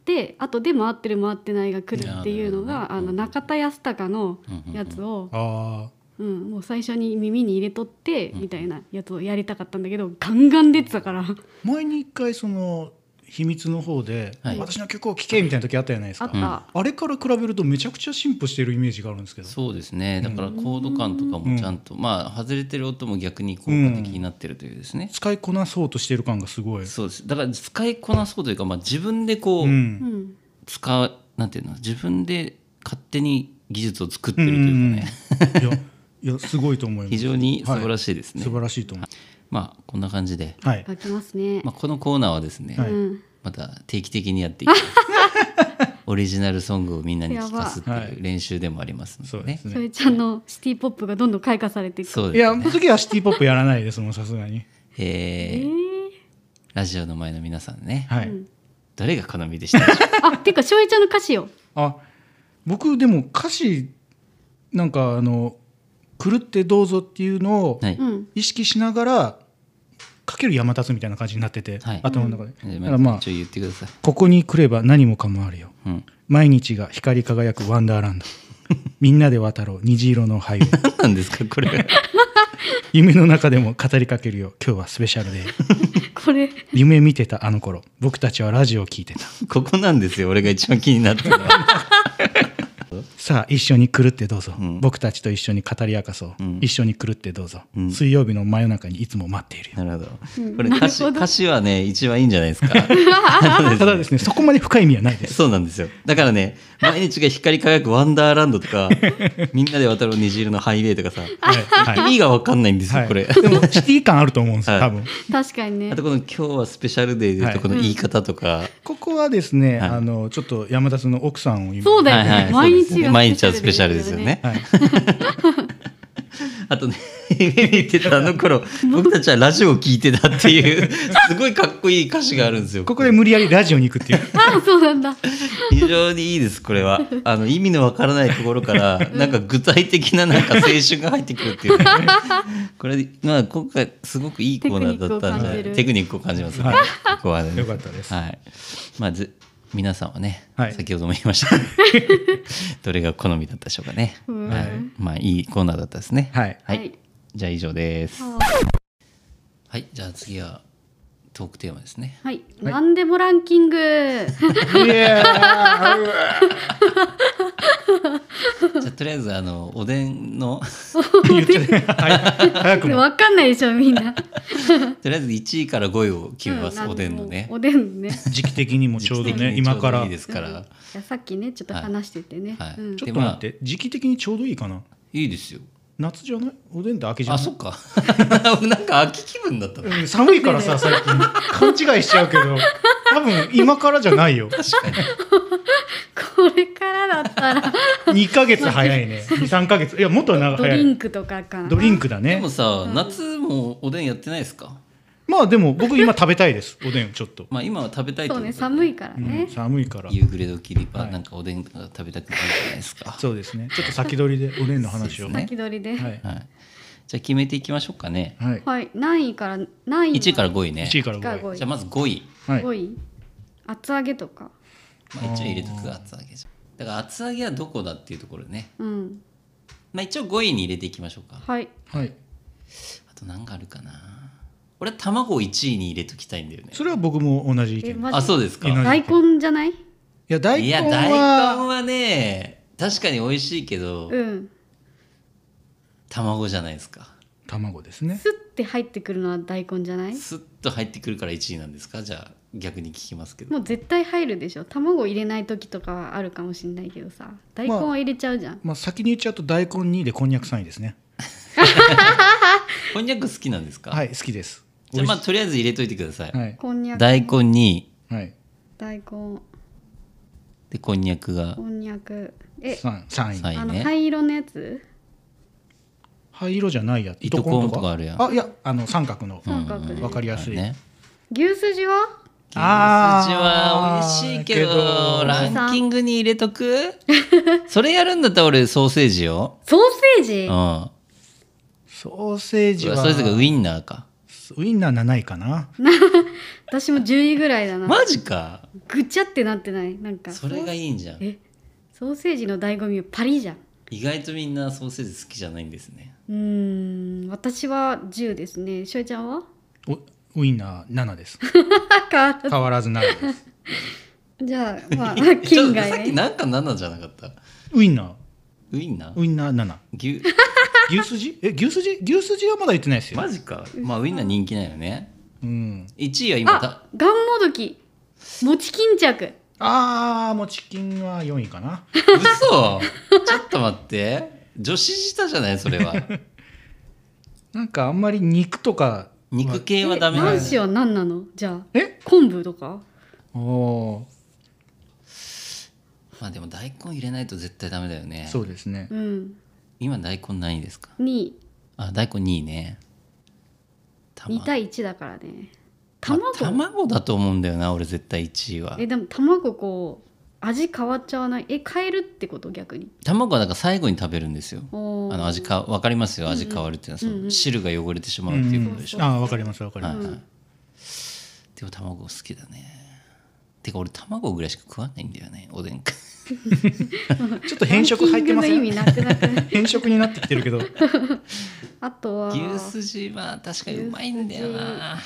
Speaker 2: で後で回ってる回ってないが来るっていうの
Speaker 3: なる
Speaker 2: が、
Speaker 3: ほど
Speaker 2: あ
Speaker 3: ね
Speaker 2: の中田泰孝のやつを、
Speaker 1: あ
Speaker 2: うんもう最初に耳に入れとって、みたいなやつをやりたかったんだけどガンガン出てたから
Speaker 1: ー前に一回その秘密の方で、
Speaker 3: はい
Speaker 1: 私の曲を聴けみたいな時あったじゃないです
Speaker 2: あ
Speaker 1: か
Speaker 2: っ、た、
Speaker 1: あれから比べるとめちゃくちゃ進歩してるイメージがあるんですけど
Speaker 3: そうですねだからコード感とかもちゃんと、まあ外れてる音も逆に効果的になってるというですね、
Speaker 1: 使いこなそうとしてる感がすごい
Speaker 3: そうですだから使いこなそうというか、まあ、自分でこう、
Speaker 1: うん
Speaker 2: うん、
Speaker 3: 使うなんていうの自分で勝手に技術を作ってるというかね、
Speaker 1: いやいやすごいと思います
Speaker 3: 非常に素晴らしいですね、
Speaker 1: 素晴らしいと思
Speaker 3: まあこんな感じで、
Speaker 1: うはい
Speaker 2: 書きますね、
Speaker 3: まあ、このコーナーはですね、
Speaker 1: はい
Speaker 2: うん、
Speaker 3: また定期的に やっていきますオリジナルソングをみんなに聞かすって
Speaker 1: やば
Speaker 3: い
Speaker 1: は
Speaker 3: う練習でもありますのでね、
Speaker 1: そうですね
Speaker 2: それちゃんのシティ・ポップがどんどん開花されていく
Speaker 3: そう
Speaker 1: い
Speaker 3: です
Speaker 1: や、その時はシティポップやらないですもん、さすがに。
Speaker 3: え
Speaker 2: え
Speaker 3: ー
Speaker 2: ー
Speaker 3: ラジオの前の皆さんね、
Speaker 1: はい。
Speaker 3: どれが好みでしたでしょうか
Speaker 2: あてか翔平ちゃんの歌詞よ
Speaker 1: あ、僕でも歌詞。なんか、あの。狂ってどうぞっていうのを
Speaker 3: はい、
Speaker 2: うん
Speaker 1: 意識しながら。かける山立つみたいな感じになってて、
Speaker 3: はい
Speaker 1: 頭の中で。
Speaker 3: えー
Speaker 1: だから、まあ
Speaker 3: 一応、言ってください、
Speaker 1: ここに来れば、何もかもあるよ。
Speaker 3: うん、
Speaker 1: 毎日が光り輝くワンダーラン ド。みんなで渡ろう、虹色の灰を。
Speaker 3: 何なんですかこれ
Speaker 1: 夢の中でも語りかけるよ、今日はスペシャルで。
Speaker 2: これ
Speaker 1: 夢見てたあの頃、僕たちはラジオを聞いてた。
Speaker 3: ここなんですよ俺が一番気になったのは
Speaker 1: さあ一緒に狂ってどうぞ、
Speaker 3: ん
Speaker 1: 僕たちと一緒に語り明かそう、
Speaker 3: ん
Speaker 1: 一緒に狂ってどうぞ、
Speaker 3: ん
Speaker 1: 水曜日の真夜中にいつも待っているよ、
Speaker 3: なるほど。これ歌詞歌詞はね一番いいんじゃない ですか。
Speaker 1: ただですねそこまで深い意味はない です
Speaker 3: そうなんですよ。だからね毎日が光り輝くワンダーランドと かみんなで渡る虹色のハイウェイとかさ、
Speaker 1: はい
Speaker 3: 意味が分かんないんですよ、
Speaker 1: はい
Speaker 3: これ。
Speaker 1: でもシティ感あると思うんですよ、
Speaker 3: は
Speaker 1: 多
Speaker 3: い
Speaker 1: 分
Speaker 2: 確かにね
Speaker 3: あとこの「今日はスペシャルデー」でいう
Speaker 1: はい
Speaker 3: とこの言い方とか、
Speaker 1: ここはですね、
Speaker 3: はい
Speaker 1: あのちょっと山田さんの奥さんを今
Speaker 2: そうだよね、
Speaker 3: はいは
Speaker 2: 毎
Speaker 3: いそうです
Speaker 2: 日
Speaker 3: ね
Speaker 2: が
Speaker 3: 毎日はスペシャルですよね。
Speaker 1: はい、
Speaker 3: あとね夢見てたあの頃 僕たちはラジオを聞いてたっていうすごいかっこいい歌詞があるんですよ。
Speaker 1: ここで無理やりラジオに行くっていう
Speaker 2: あそうなんだ
Speaker 3: 非常にいいですこれはあの意味のわからないところ からなんか具体的ななんか青春が入ってくるっていう ねこれまあ今回すごくいいコーナーだったんでテ
Speaker 2: テ
Speaker 3: クニックを感じますね、ここはね
Speaker 1: よかったです
Speaker 3: はいまあず皆さんはね、
Speaker 1: はい
Speaker 3: 先ほども言い ましたどれが好みだったでしょうかね、
Speaker 2: うん
Speaker 3: はい、まあいいコーナーだったですね
Speaker 1: はい
Speaker 3: はい、
Speaker 2: はい
Speaker 3: じゃあ以上です
Speaker 2: あ
Speaker 3: はいじゃあ次はトークテーマですね
Speaker 2: はい、なんでもランキング
Speaker 1: いや
Speaker 3: じゃあとりあえずあのおでんの
Speaker 1: 言ってね、はい、早くも
Speaker 2: わかんないでしょみんな
Speaker 3: とりあえず1位から5位を決めます、
Speaker 2: うん
Speaker 3: おでんのね
Speaker 2: おでんのね
Speaker 1: 時期的にもちょうどね今から
Speaker 3: いいですから、
Speaker 2: いやさっきねちょっと話しててね、
Speaker 3: はいはい
Speaker 2: うん
Speaker 1: ちょっと待って時期的にちょうどいいかない
Speaker 3: いですよ
Speaker 1: 夏じゃないおでんって秋じゃ
Speaker 3: あ
Speaker 1: ない
Speaker 3: そ っかなんか秋気分だったな
Speaker 1: うん寒いからさ最近勘違いしちゃうけど多分今からじゃないよ
Speaker 2: これからだったら
Speaker 1: 2ヶ月早いね23ヶ月いやもっと長い
Speaker 2: ド
Speaker 1: 早
Speaker 2: リ
Speaker 1: い
Speaker 2: ンクとかかな
Speaker 1: ドリンクだ
Speaker 3: で
Speaker 1: ね
Speaker 3: もさ、夏もおでんやってないですか
Speaker 1: まあでも僕今食べたいですおでんちょっと、
Speaker 3: まあ今は食べたい
Speaker 2: そうね
Speaker 3: と
Speaker 2: 寒いから
Speaker 1: うん
Speaker 2: ね、
Speaker 1: 寒いから
Speaker 3: 夕暮れ時には
Speaker 1: はい
Speaker 3: なんかおでんとか食べたくなるじゃないですか。
Speaker 1: そうですねちょっと先取りでおでんの話を
Speaker 3: そうですね
Speaker 2: 先取りで、
Speaker 1: は
Speaker 2: はい、
Speaker 1: い、
Speaker 3: はい。じゃあ決めていきましょうかね。
Speaker 1: はい、
Speaker 2: 何位から何位
Speaker 3: 1位から5位ね。
Speaker 1: 1位から
Speaker 2: から
Speaker 1: 5
Speaker 2: 5位
Speaker 3: じゃあまず5位。
Speaker 1: 位、はい、
Speaker 2: 5位厚揚げとか
Speaker 3: まあ、一応入れとく厚揚げじゃん。だから厚揚げはどこだっていうところね。
Speaker 2: うん
Speaker 3: まあ一応5位に入れていきましょうか。
Speaker 2: はい
Speaker 1: はい、
Speaker 3: あと何があるかな。俺は卵を1位に入れときたいんだよね。
Speaker 1: それは僕も同じ意
Speaker 2: え
Speaker 1: 見
Speaker 2: マ
Speaker 1: い
Speaker 2: ジ
Speaker 3: あ、そうですか。
Speaker 1: いな
Speaker 3: いう
Speaker 2: 大根じゃない
Speaker 1: や大根
Speaker 3: や、
Speaker 1: は
Speaker 3: 大根はね、確かに美味しいけど、
Speaker 2: うん
Speaker 3: 卵じゃないですか。
Speaker 1: 卵ですね
Speaker 2: スッて入ってくるのは大根じゃない
Speaker 3: スッと入ってくるから1位なんですかじゃあ逆に聞きますけど。
Speaker 2: もう絶対入るでしょ卵入れない時とかはあるかもしんないけどさ大根は入れちゃうじゃん、
Speaker 1: まあ先に言っちゃうと大根2位でこんにゃく3位ですね
Speaker 3: こんにゃく好きなんですか
Speaker 1: はい好きです
Speaker 3: じゃあまあとりあえず入れといてください。
Speaker 1: はい
Speaker 2: こんにゃく
Speaker 3: 大根に
Speaker 1: はい
Speaker 2: 大根
Speaker 3: でこんにゃくが
Speaker 2: こんにゃくえ
Speaker 1: 3位
Speaker 3: 3
Speaker 2: あ
Speaker 3: 位
Speaker 2: の
Speaker 3: ね。
Speaker 2: 灰色のやつ
Speaker 1: 灰色じゃないやつ
Speaker 3: 糸こんとかあるやん
Speaker 1: いやあの三角の
Speaker 2: 三角で、
Speaker 1: わかりやすい、
Speaker 3: ね。
Speaker 2: 牛すじは
Speaker 3: 牛すじ
Speaker 1: あー
Speaker 3: は美味しいけど
Speaker 1: けど
Speaker 3: ランキングに入れとくそれやるんだったら俺ソーセージよ。
Speaker 2: ソーセージ
Speaker 3: うん。ソ
Speaker 1: ソーセージは
Speaker 3: ーセージがウインナーか。
Speaker 1: ウインナー7位かな
Speaker 2: 私も10位ぐらいだな、
Speaker 3: マジか。
Speaker 2: ぐちゃってなってないなんか
Speaker 3: それがいいんじゃん。
Speaker 2: えソーセージの醍醐味はパリじゃん
Speaker 3: 意外とみんなソーセージ好きじゃないんですね。
Speaker 2: うーん私は10ですねしょいちゃんは
Speaker 1: おウインナー7です
Speaker 2: か
Speaker 1: 変わらず7です
Speaker 2: じゃあまあ金
Speaker 3: ちょっとさっ
Speaker 2: 外
Speaker 3: き
Speaker 2: ね
Speaker 3: なんか7じゃなかった。
Speaker 1: ウインナ
Speaker 3: ウインナ
Speaker 1: ー
Speaker 3: ー
Speaker 1: ウインナー7
Speaker 3: 牛。
Speaker 1: 牛すじえ牛すじ牛すじはまだ言ってないですよ
Speaker 3: マジか。まあウインナー人気ないよね。
Speaker 1: うん
Speaker 3: 1位は今た
Speaker 2: あガンモドキ餅巾着
Speaker 1: あーもうチキンは4位かな
Speaker 3: 嘘ちょっと待って女子舌じゃないそれは
Speaker 1: なんかあんまり肉とか
Speaker 3: 肉系はダメな
Speaker 2: 男
Speaker 3: の
Speaker 2: 子は何なのじゃあ
Speaker 1: え
Speaker 2: 昆布とか
Speaker 1: おお
Speaker 3: まあでも大根入れないと絶対ダメだよね
Speaker 1: そうですね
Speaker 2: うん
Speaker 3: 今大根何位ですか
Speaker 2: に
Speaker 3: あ大根2位ね玉
Speaker 2: 2対1だからね
Speaker 3: まあ
Speaker 2: 卵、
Speaker 3: 卵だと思うんだよな俺絶対1位は
Speaker 2: えでも卵こう味変わっちゃわないえ変えるってこと逆に
Speaker 3: 卵はだから最後に食べるんですよ
Speaker 2: おー
Speaker 3: あの味か分かりますよ味変わるっていうのはその汁が汚れてしまうっていうことでしょ、
Speaker 1: ああわかりますわかり
Speaker 3: はい
Speaker 1: ま
Speaker 3: はい
Speaker 1: す、
Speaker 3: でも卵好きだねてか俺卵ぐらいしか食わないんだよねおでんか
Speaker 1: ちょっと変色入ってま
Speaker 2: ラ
Speaker 1: す
Speaker 2: ンキングの意
Speaker 1: よ
Speaker 2: 味なくな くない
Speaker 1: 変色になってきてるけど
Speaker 2: あとは
Speaker 3: 牛すじは確かにうまいんだよな
Speaker 2: なんか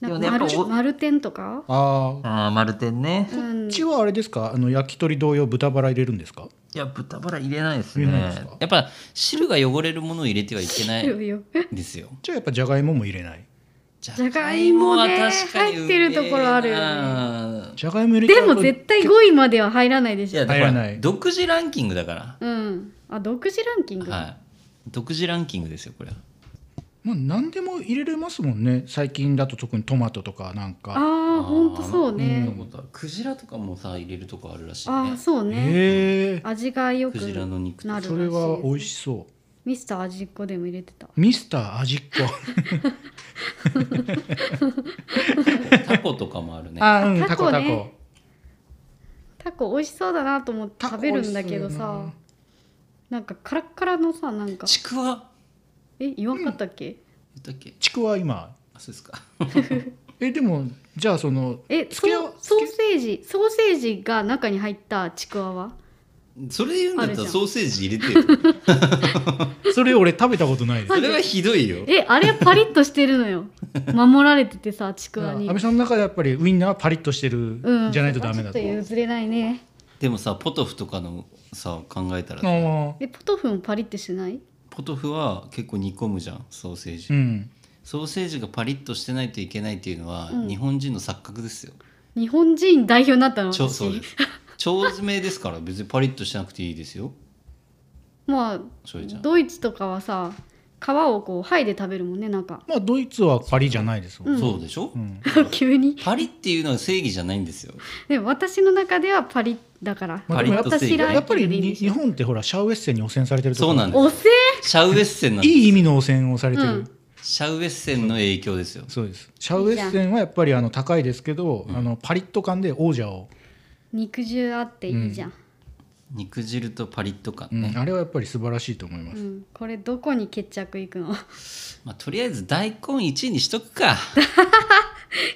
Speaker 3: でもねやっ
Speaker 2: 丸
Speaker 3: ぱ
Speaker 2: 丸天とか
Speaker 1: ああ
Speaker 3: ああ丸天ね
Speaker 1: こっちはあれですかあの焼き鳥同様豚バラ入れるんですか
Speaker 3: いや豚バラ入れないです
Speaker 1: 入れないですか
Speaker 3: やっぱ汁が汚れるものを入れてはいけない
Speaker 2: よ
Speaker 3: ん
Speaker 2: よ
Speaker 3: で すよ
Speaker 1: じゃあやっぱじゃがいもも入れない
Speaker 3: じ
Speaker 2: ゃがいもね入ってるところあるよね
Speaker 3: ね
Speaker 1: じゃがいも入れ
Speaker 2: で
Speaker 1: ちゃうと
Speaker 2: も絶対5位までは入らないで
Speaker 3: い
Speaker 2: し
Speaker 3: や
Speaker 2: ょ
Speaker 3: だ
Speaker 1: 入
Speaker 3: からら
Speaker 1: ない
Speaker 3: 独自ランキングだか
Speaker 2: うんあ独自ランキング、
Speaker 3: らはい独自ランキングですよこれは
Speaker 1: まあ何でも入れれますもんね最近だと特にトマトとかなん
Speaker 2: あ
Speaker 1: か
Speaker 2: ーほんとそう
Speaker 3: そ
Speaker 2: ね
Speaker 3: う、いうことはクジラとかもさ入れるとこあるらしい
Speaker 2: あ
Speaker 3: ね
Speaker 2: ーそうね
Speaker 1: へえ
Speaker 2: 味がよく
Speaker 3: クジラの肉と
Speaker 2: なるらしい
Speaker 1: それは美味しそ
Speaker 2: ミスター味っ子でも入れてた
Speaker 1: うミスター味っ子
Speaker 3: タコとかもあるね
Speaker 1: あーうん
Speaker 2: タ
Speaker 1: タ
Speaker 2: コ
Speaker 1: コ
Speaker 2: ね
Speaker 1: タコ
Speaker 2: タコ美味しそうだなと思って
Speaker 1: タコ
Speaker 2: 食べるんだけど
Speaker 1: 美味しそう
Speaker 2: さ
Speaker 1: やな
Speaker 2: なんかカラッカラのさなんか
Speaker 3: ちくわ
Speaker 2: え言わんかったっけ、
Speaker 3: 言ったっけ
Speaker 1: ちくわ今
Speaker 3: あそうで すか
Speaker 1: えでもじゃあその
Speaker 2: え
Speaker 1: つ
Speaker 2: そ
Speaker 1: け
Speaker 2: うソーセージソーセージが中に入ったちくわは
Speaker 3: それ言うんだった
Speaker 2: ある
Speaker 3: ら
Speaker 2: じゃん
Speaker 3: ソーセージ入れてよ
Speaker 1: それ俺食べたことないです
Speaker 3: それはひどいよ
Speaker 2: えあれパリッとしてる のよ守られててさちくわ
Speaker 1: 安
Speaker 2: に
Speaker 1: 倍さんの中でやっぱりウインナーはパリッとしてる
Speaker 2: うん
Speaker 1: じゃないとダメだ
Speaker 2: ち
Speaker 1: と、
Speaker 2: ょっと譲れないね
Speaker 3: でもさポトフとかのさ考えたら
Speaker 1: あ
Speaker 3: さ
Speaker 1: あ
Speaker 2: えポトフもパリってしない
Speaker 3: ポトフは結構煮込むじゃんソーセージ、
Speaker 1: うん
Speaker 3: ソーセージがパリッとしてないといけないっていうのは、日本人の錯覚ですよ
Speaker 2: 日本人代表になったの
Speaker 3: ちょ
Speaker 2: 私
Speaker 3: そうです腸詰めですから別にパリッとしてなくていいですよ
Speaker 2: まあ
Speaker 3: しょいちゃん
Speaker 2: ドイツとかはさ皮をこう剥いで食べるもんね なんか
Speaker 1: まあドイツはパリじゃないですもん、
Speaker 3: そうでしょ、
Speaker 2: 急に
Speaker 3: パリっていうのは正義じゃないんですよ
Speaker 2: でも私の中ではパリだから、
Speaker 1: ま
Speaker 3: あでもやっぱ
Speaker 2: 私ら
Speaker 1: やっぱり
Speaker 2: でいいん
Speaker 1: に
Speaker 2: でし
Speaker 1: 日
Speaker 2: ょ
Speaker 1: 本ってほらシャウエッセンに汚染されてるとこ
Speaker 3: そうなんで
Speaker 2: お
Speaker 3: す
Speaker 2: せ
Speaker 3: シャウエッセンなん
Speaker 1: い
Speaker 3: です
Speaker 1: い意味の汚染をされてる、
Speaker 2: うん
Speaker 3: シャウエッセンの影響ですよ
Speaker 1: そうですシャウエッセンはやっぱりあの高いですけど、あのパリッと感で王者を、
Speaker 2: 肉汁あっていいじゃん、
Speaker 3: 肉汁とパリッと感
Speaker 1: うん
Speaker 3: ね、
Speaker 1: あれはやっぱり素晴らしいと思いま
Speaker 2: う
Speaker 1: す、
Speaker 2: ん、これどこに決着いくの
Speaker 3: まあ、とりあえず大根1位にしとくか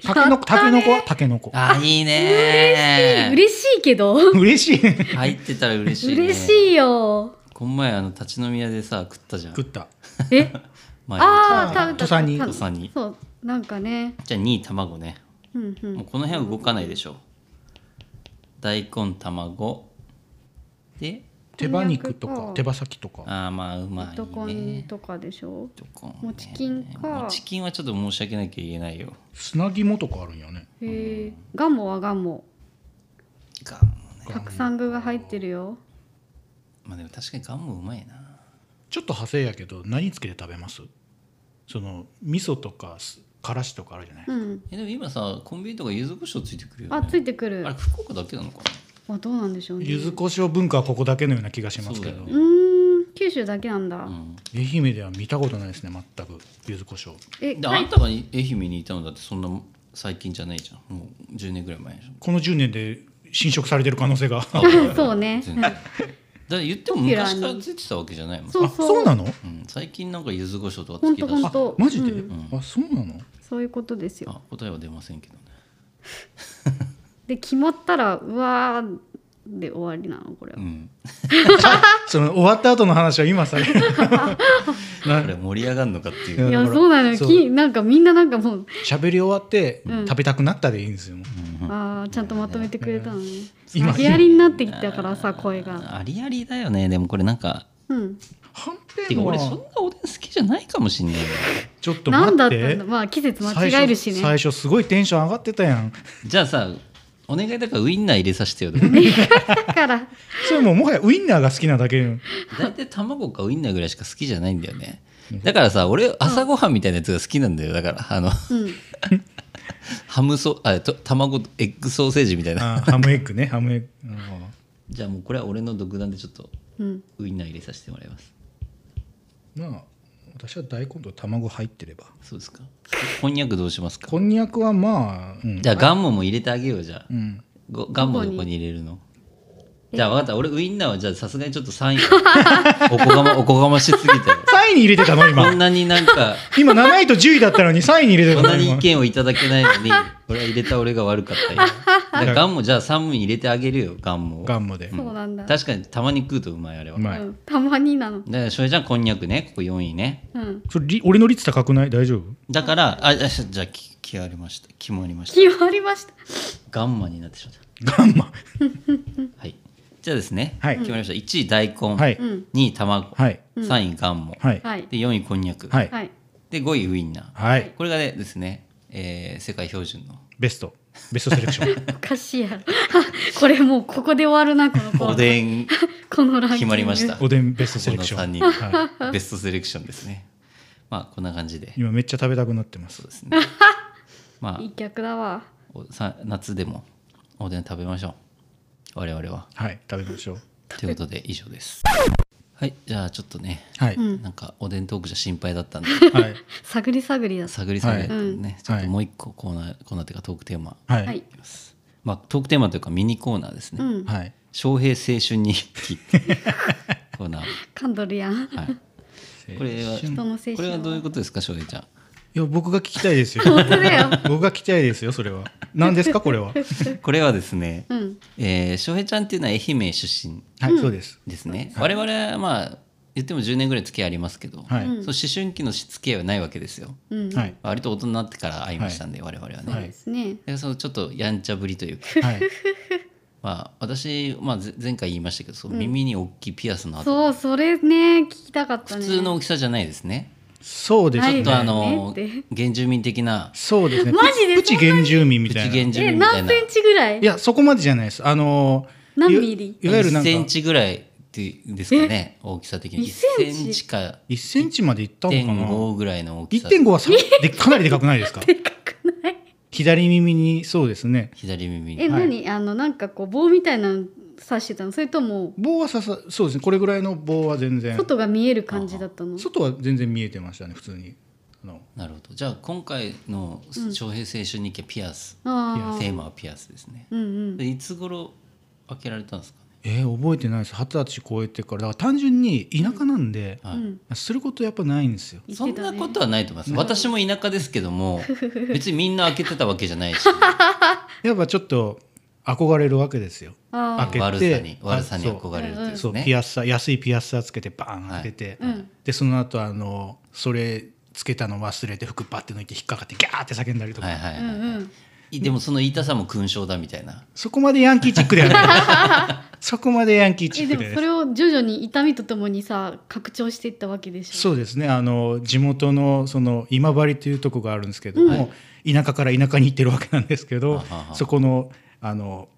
Speaker 1: たけのこたけのこはたけのこ
Speaker 3: あーいいね
Speaker 2: 嬉しいけど
Speaker 1: 嬉しい
Speaker 3: 入ってたら嬉しい、ね、
Speaker 2: 嬉しいよ
Speaker 3: この前あの立ち飲み屋でさ食ったじゃん
Speaker 1: 食った
Speaker 2: え
Speaker 3: 前
Speaker 2: ああ
Speaker 1: あ
Speaker 2: 食べ
Speaker 1: 土
Speaker 2: た
Speaker 1: 佐に
Speaker 2: 食べた
Speaker 3: 土佐に
Speaker 2: そうなんかね
Speaker 3: じゃあ2位卵ね、
Speaker 2: うんうん
Speaker 3: もうこの辺は動かないでしょ大根卵で
Speaker 1: 手羽肉と
Speaker 2: こんにゃく
Speaker 1: か
Speaker 2: か
Speaker 1: 手羽先とか
Speaker 3: ああまあうま
Speaker 2: 糸コ
Speaker 3: い
Speaker 2: ン
Speaker 3: ね
Speaker 2: とかでしょ
Speaker 3: 糸こんね
Speaker 2: もちきんか
Speaker 3: もちきんはちょっと申し訳なきゃ言えないよ
Speaker 1: 砂肝とかあるんやね
Speaker 2: へえガモはガモ
Speaker 3: ガンもね
Speaker 2: たくさん具が入ってるよ
Speaker 3: まあでも確かにガンもうまいな
Speaker 1: ちょっと派生やけど何つけて食べますその味噌とかすからしとかあるじゃない、
Speaker 2: うん
Speaker 3: えでも今さコンビニとか柚子胡椒ついてくるよね
Speaker 2: あついてくる
Speaker 3: あれ
Speaker 2: あ
Speaker 3: 福岡だけなのか
Speaker 2: どうなんでしょうね
Speaker 1: 柚子胡椒文化はここだけのような気がし
Speaker 3: な
Speaker 1: ますけど、
Speaker 3: よ
Speaker 2: うーん九州だけなんだ、
Speaker 3: うん
Speaker 1: 愛媛では見たことないですね全く柚子胡椒
Speaker 2: え
Speaker 3: で
Speaker 2: か
Speaker 3: あんたが愛媛にいたのだってそんな最近じゃないじゃんもう10年ぐらい前でしょ
Speaker 1: この10年で侵食されてる可能性があ
Speaker 2: そうね
Speaker 3: 全然だって言っても昔からついてたわけじゃないもん、
Speaker 2: そうそう
Speaker 1: そうなの
Speaker 3: うん、最近なんか柚子胡椒とか
Speaker 2: ほ
Speaker 3: つ
Speaker 2: ん
Speaker 3: け
Speaker 2: と
Speaker 3: た
Speaker 2: ほ
Speaker 3: し
Speaker 2: んと
Speaker 1: マジで、
Speaker 2: うん
Speaker 1: あそうなの
Speaker 2: そういうことですよ
Speaker 3: あ答えは出ませんけどね
Speaker 2: で決まったらうわーで終わりなのこれは、
Speaker 3: うん
Speaker 1: その終わった後の話は今 されな
Speaker 3: これ盛り上がるのかっていうう、
Speaker 1: ん
Speaker 2: いや
Speaker 1: ほら
Speaker 2: そうなのよ
Speaker 1: そう
Speaker 2: きなんかみんななんかもう、
Speaker 1: 喋り終わって、
Speaker 2: うん
Speaker 1: 食べたくなったでいいんですよ、
Speaker 2: あーちゃんとまとめてくれたのね
Speaker 1: 今
Speaker 2: 今ヒアリになってきたからさ声が
Speaker 3: ありありだよねでもこれなんか
Speaker 2: うん
Speaker 1: はん
Speaker 3: て
Speaker 1: ぺ
Speaker 3: か
Speaker 1: ん
Speaker 3: 俺そんな
Speaker 1: は
Speaker 3: おでん好きじゃないかもしんないな
Speaker 1: ちょっと
Speaker 2: なんだ
Speaker 1: 待
Speaker 2: っ
Speaker 1: ったて
Speaker 2: んだまあ季節間違えるしね
Speaker 1: 最初最初すごいテンション上がってたやん
Speaker 3: じゃあさお願いだからウインナー入れさせてよ
Speaker 2: だから
Speaker 1: それもうもはやウインナーが好きなだけよ
Speaker 3: 大体卵かウインナーぐらいしか好きじゃないんだよねだからさ俺朝ごはんみたいなやつが好きなんだよだからあの
Speaker 2: うん
Speaker 3: ハムソあと卵エッグソーセージみたいな
Speaker 1: あーハムエッグねハムエッグなるほど
Speaker 3: じゃあもうこれは俺の独断でちょっと
Speaker 2: うん
Speaker 3: ウインナー入れさせてもらいます
Speaker 1: まあ私は大根と卵入ってれば
Speaker 3: そうですかこんにゃくどうしますか
Speaker 1: こんにゃくはまあ、うん
Speaker 3: じゃあガンモも入れてあげようじゃあ
Speaker 1: うん、
Speaker 3: ごガンモどこに入れるのじゃあ分かった俺ウインナーはじゃあさすがにちょっと3位 おこがまおこがましすぎたよ
Speaker 1: 3位に入れてたの
Speaker 3: こ
Speaker 1: 今
Speaker 3: んなになんか
Speaker 1: 今7位と10位だったのに3位に入れて
Speaker 3: こ
Speaker 1: た
Speaker 3: んな
Speaker 1: の
Speaker 3: に意
Speaker 1: 今
Speaker 3: 見をいただけないのに俺は入れた俺が悪かったよ だからガンもじゃあ3分入れてあげるよガンも
Speaker 1: ガンモで、
Speaker 2: そうなんだ、
Speaker 3: 確かにたまに食うとうまいあれは
Speaker 1: うまい、
Speaker 2: うん、たまになの
Speaker 3: でそれじゃあこんにゃくねここ4位ね
Speaker 2: うん
Speaker 1: それり俺の率高くない大丈夫
Speaker 3: だからあじゃあじゃあき決まりました決まりました
Speaker 2: 決まりました
Speaker 3: ガンマになってしまっ
Speaker 1: ガンマ
Speaker 3: た はいじゃあですね、
Speaker 1: はい
Speaker 3: 決まりました1位大根、
Speaker 1: はい、
Speaker 2: うん
Speaker 3: 2位卵、
Speaker 1: はい
Speaker 3: 3位ガンモ、
Speaker 1: はい
Speaker 2: はい
Speaker 3: で4位こんにゃく、
Speaker 1: はい
Speaker 2: はい
Speaker 3: で5位ウインナー、
Speaker 1: はい
Speaker 3: これがねですね、えー世界標準の
Speaker 1: ベストベストセレクション
Speaker 2: おかしいやろ これもうここで終わるなこのコーナー
Speaker 3: おでん
Speaker 2: このランキング
Speaker 3: 決まりました
Speaker 1: おでんベストセレ
Speaker 3: こ
Speaker 1: クシ
Speaker 3: の
Speaker 1: ョ
Speaker 3: 3
Speaker 1: ン
Speaker 3: 人、
Speaker 1: は
Speaker 3: ベストセレクションですねまあこんな感じで
Speaker 1: い、今めっちゃ食べたくなってます
Speaker 3: そうですねま
Speaker 2: いい
Speaker 3: あ
Speaker 2: 客だわ
Speaker 3: おさ夏でもおでん食べましょう我々は
Speaker 1: はい食べましょう
Speaker 3: ということで以上ですはいじゃあちょっとね
Speaker 1: はい、
Speaker 3: なんかおでんトークじゃ心配だったんで
Speaker 1: はい
Speaker 2: 探り探りだ
Speaker 3: 探り探りだったんでね、ちょっ
Speaker 1: は
Speaker 3: と
Speaker 1: い
Speaker 3: もう一個コーナーコーナーっていうかトークテーマ
Speaker 1: はい
Speaker 2: はい
Speaker 3: まあトークテーマというかミニコーナーですね、
Speaker 2: うん
Speaker 1: はい
Speaker 3: 翔平青春日記っていうコ ーナー
Speaker 2: 噛んどるやん
Speaker 3: はいこれは
Speaker 2: 人の青春
Speaker 3: これはどういうことですか翔平ちゃん
Speaker 1: いや僕が聞きたいです よ
Speaker 2: 本当だよ
Speaker 1: 僕が聞きたいですよそれは何ですかこれは
Speaker 3: これはですね、
Speaker 2: うん
Speaker 3: えー翔平ちゃんっていうのは愛媛出身
Speaker 1: はい、そうです
Speaker 3: ですね、我々はまあ言っても10年ぐらい付き合いありますけど、
Speaker 1: はい、
Speaker 2: うん
Speaker 3: そう思春期の付き合いはないわけですよ
Speaker 2: うん
Speaker 1: はい
Speaker 3: 割と大人になってから会いましたんで、我々はね、
Speaker 1: はい
Speaker 2: ですね
Speaker 3: でそのちょっとやんちゃぶりというか
Speaker 1: はい
Speaker 3: まあ私、まあ、ぜ前回言いましたけどそう耳に大きいピアスの跡、
Speaker 2: そうそれね聞きたかった
Speaker 3: 普
Speaker 2: ね
Speaker 3: 通の大きさじゃないですね
Speaker 1: そうです
Speaker 2: は
Speaker 1: ね
Speaker 2: い
Speaker 3: ちょっとあの
Speaker 2: ねって
Speaker 3: 原住民的な
Speaker 1: そうですね
Speaker 2: マジで
Speaker 1: プチプチ原住民み
Speaker 3: プ
Speaker 1: た
Speaker 3: チ
Speaker 1: いない
Speaker 3: 原住
Speaker 2: え
Speaker 3: 民みたい
Speaker 2: 何
Speaker 3: な
Speaker 2: センチぐらい
Speaker 1: やそこまでじゃないですあのー
Speaker 2: 何
Speaker 1: い
Speaker 2: ミリ
Speaker 1: いわゆるなんか
Speaker 3: 1センチぐらいってですかね大きさ的に
Speaker 2: 1センチ
Speaker 3: 1センチか
Speaker 1: 1センチまでいったのかな
Speaker 3: 1.5ぐらいの大きさ
Speaker 1: 1.5はさ でかなりでかくないですか
Speaker 2: でかくない
Speaker 1: 左耳にそうですね
Speaker 3: 左耳に
Speaker 2: え、何あのなんかこう棒みたいなの刺してたのそれとも
Speaker 1: 棒はささそうですねこれぐらいの棒は全然
Speaker 2: 外が見える感じだったの
Speaker 1: 外は全然見えてましたね普通にあの
Speaker 3: なるほどじゃあ今回の「
Speaker 2: ん
Speaker 3: 昌平青春日記」ピアス、
Speaker 2: ああ
Speaker 3: テーマはピアスですね、
Speaker 2: うんうん
Speaker 3: でいつ頃開けられたんですかね
Speaker 1: えー覚えてないです二十歳超えてからだから単純に田舎なんで、
Speaker 3: は
Speaker 2: う
Speaker 3: い
Speaker 2: ん
Speaker 1: することやっぱないんですよ
Speaker 2: 言
Speaker 3: そ
Speaker 2: っ
Speaker 3: ん
Speaker 2: てた
Speaker 3: な
Speaker 2: ね
Speaker 3: ことはないと思います、私も田舎ですけども別にみんな開けてたわけじゃないし
Speaker 1: やっぱちょっと憧れるわけですよ
Speaker 2: あ
Speaker 1: 開けて
Speaker 3: 悪さに
Speaker 1: あ
Speaker 3: 悪さに
Speaker 1: そう
Speaker 3: 憧れるというです
Speaker 1: そう
Speaker 3: ね
Speaker 1: ピアスサー安いピアスサーつけてバーン
Speaker 3: はい
Speaker 1: 開けて、
Speaker 2: うん
Speaker 1: でその後あのそれつけたの忘れて服バッて抜いて引っかかってギャーって叫んだりとか、
Speaker 3: はいはい
Speaker 2: あ
Speaker 3: は
Speaker 2: う
Speaker 3: い、
Speaker 2: ん うん
Speaker 3: いでもその痛さも勲章だみたいな
Speaker 1: そこまでヤンキーチックではない そこまでヤンキーチ
Speaker 2: え
Speaker 1: ック
Speaker 2: で
Speaker 1: では
Speaker 2: も
Speaker 1: な
Speaker 2: そ
Speaker 1: い
Speaker 2: れを徐々に痛みとともにさ拡張していったわけでしょ
Speaker 1: そうですねあの地元のその今治というとこがあるんですけども、田舎から田舎に行ってるわけなんですけど、
Speaker 3: ははは
Speaker 1: そこのあの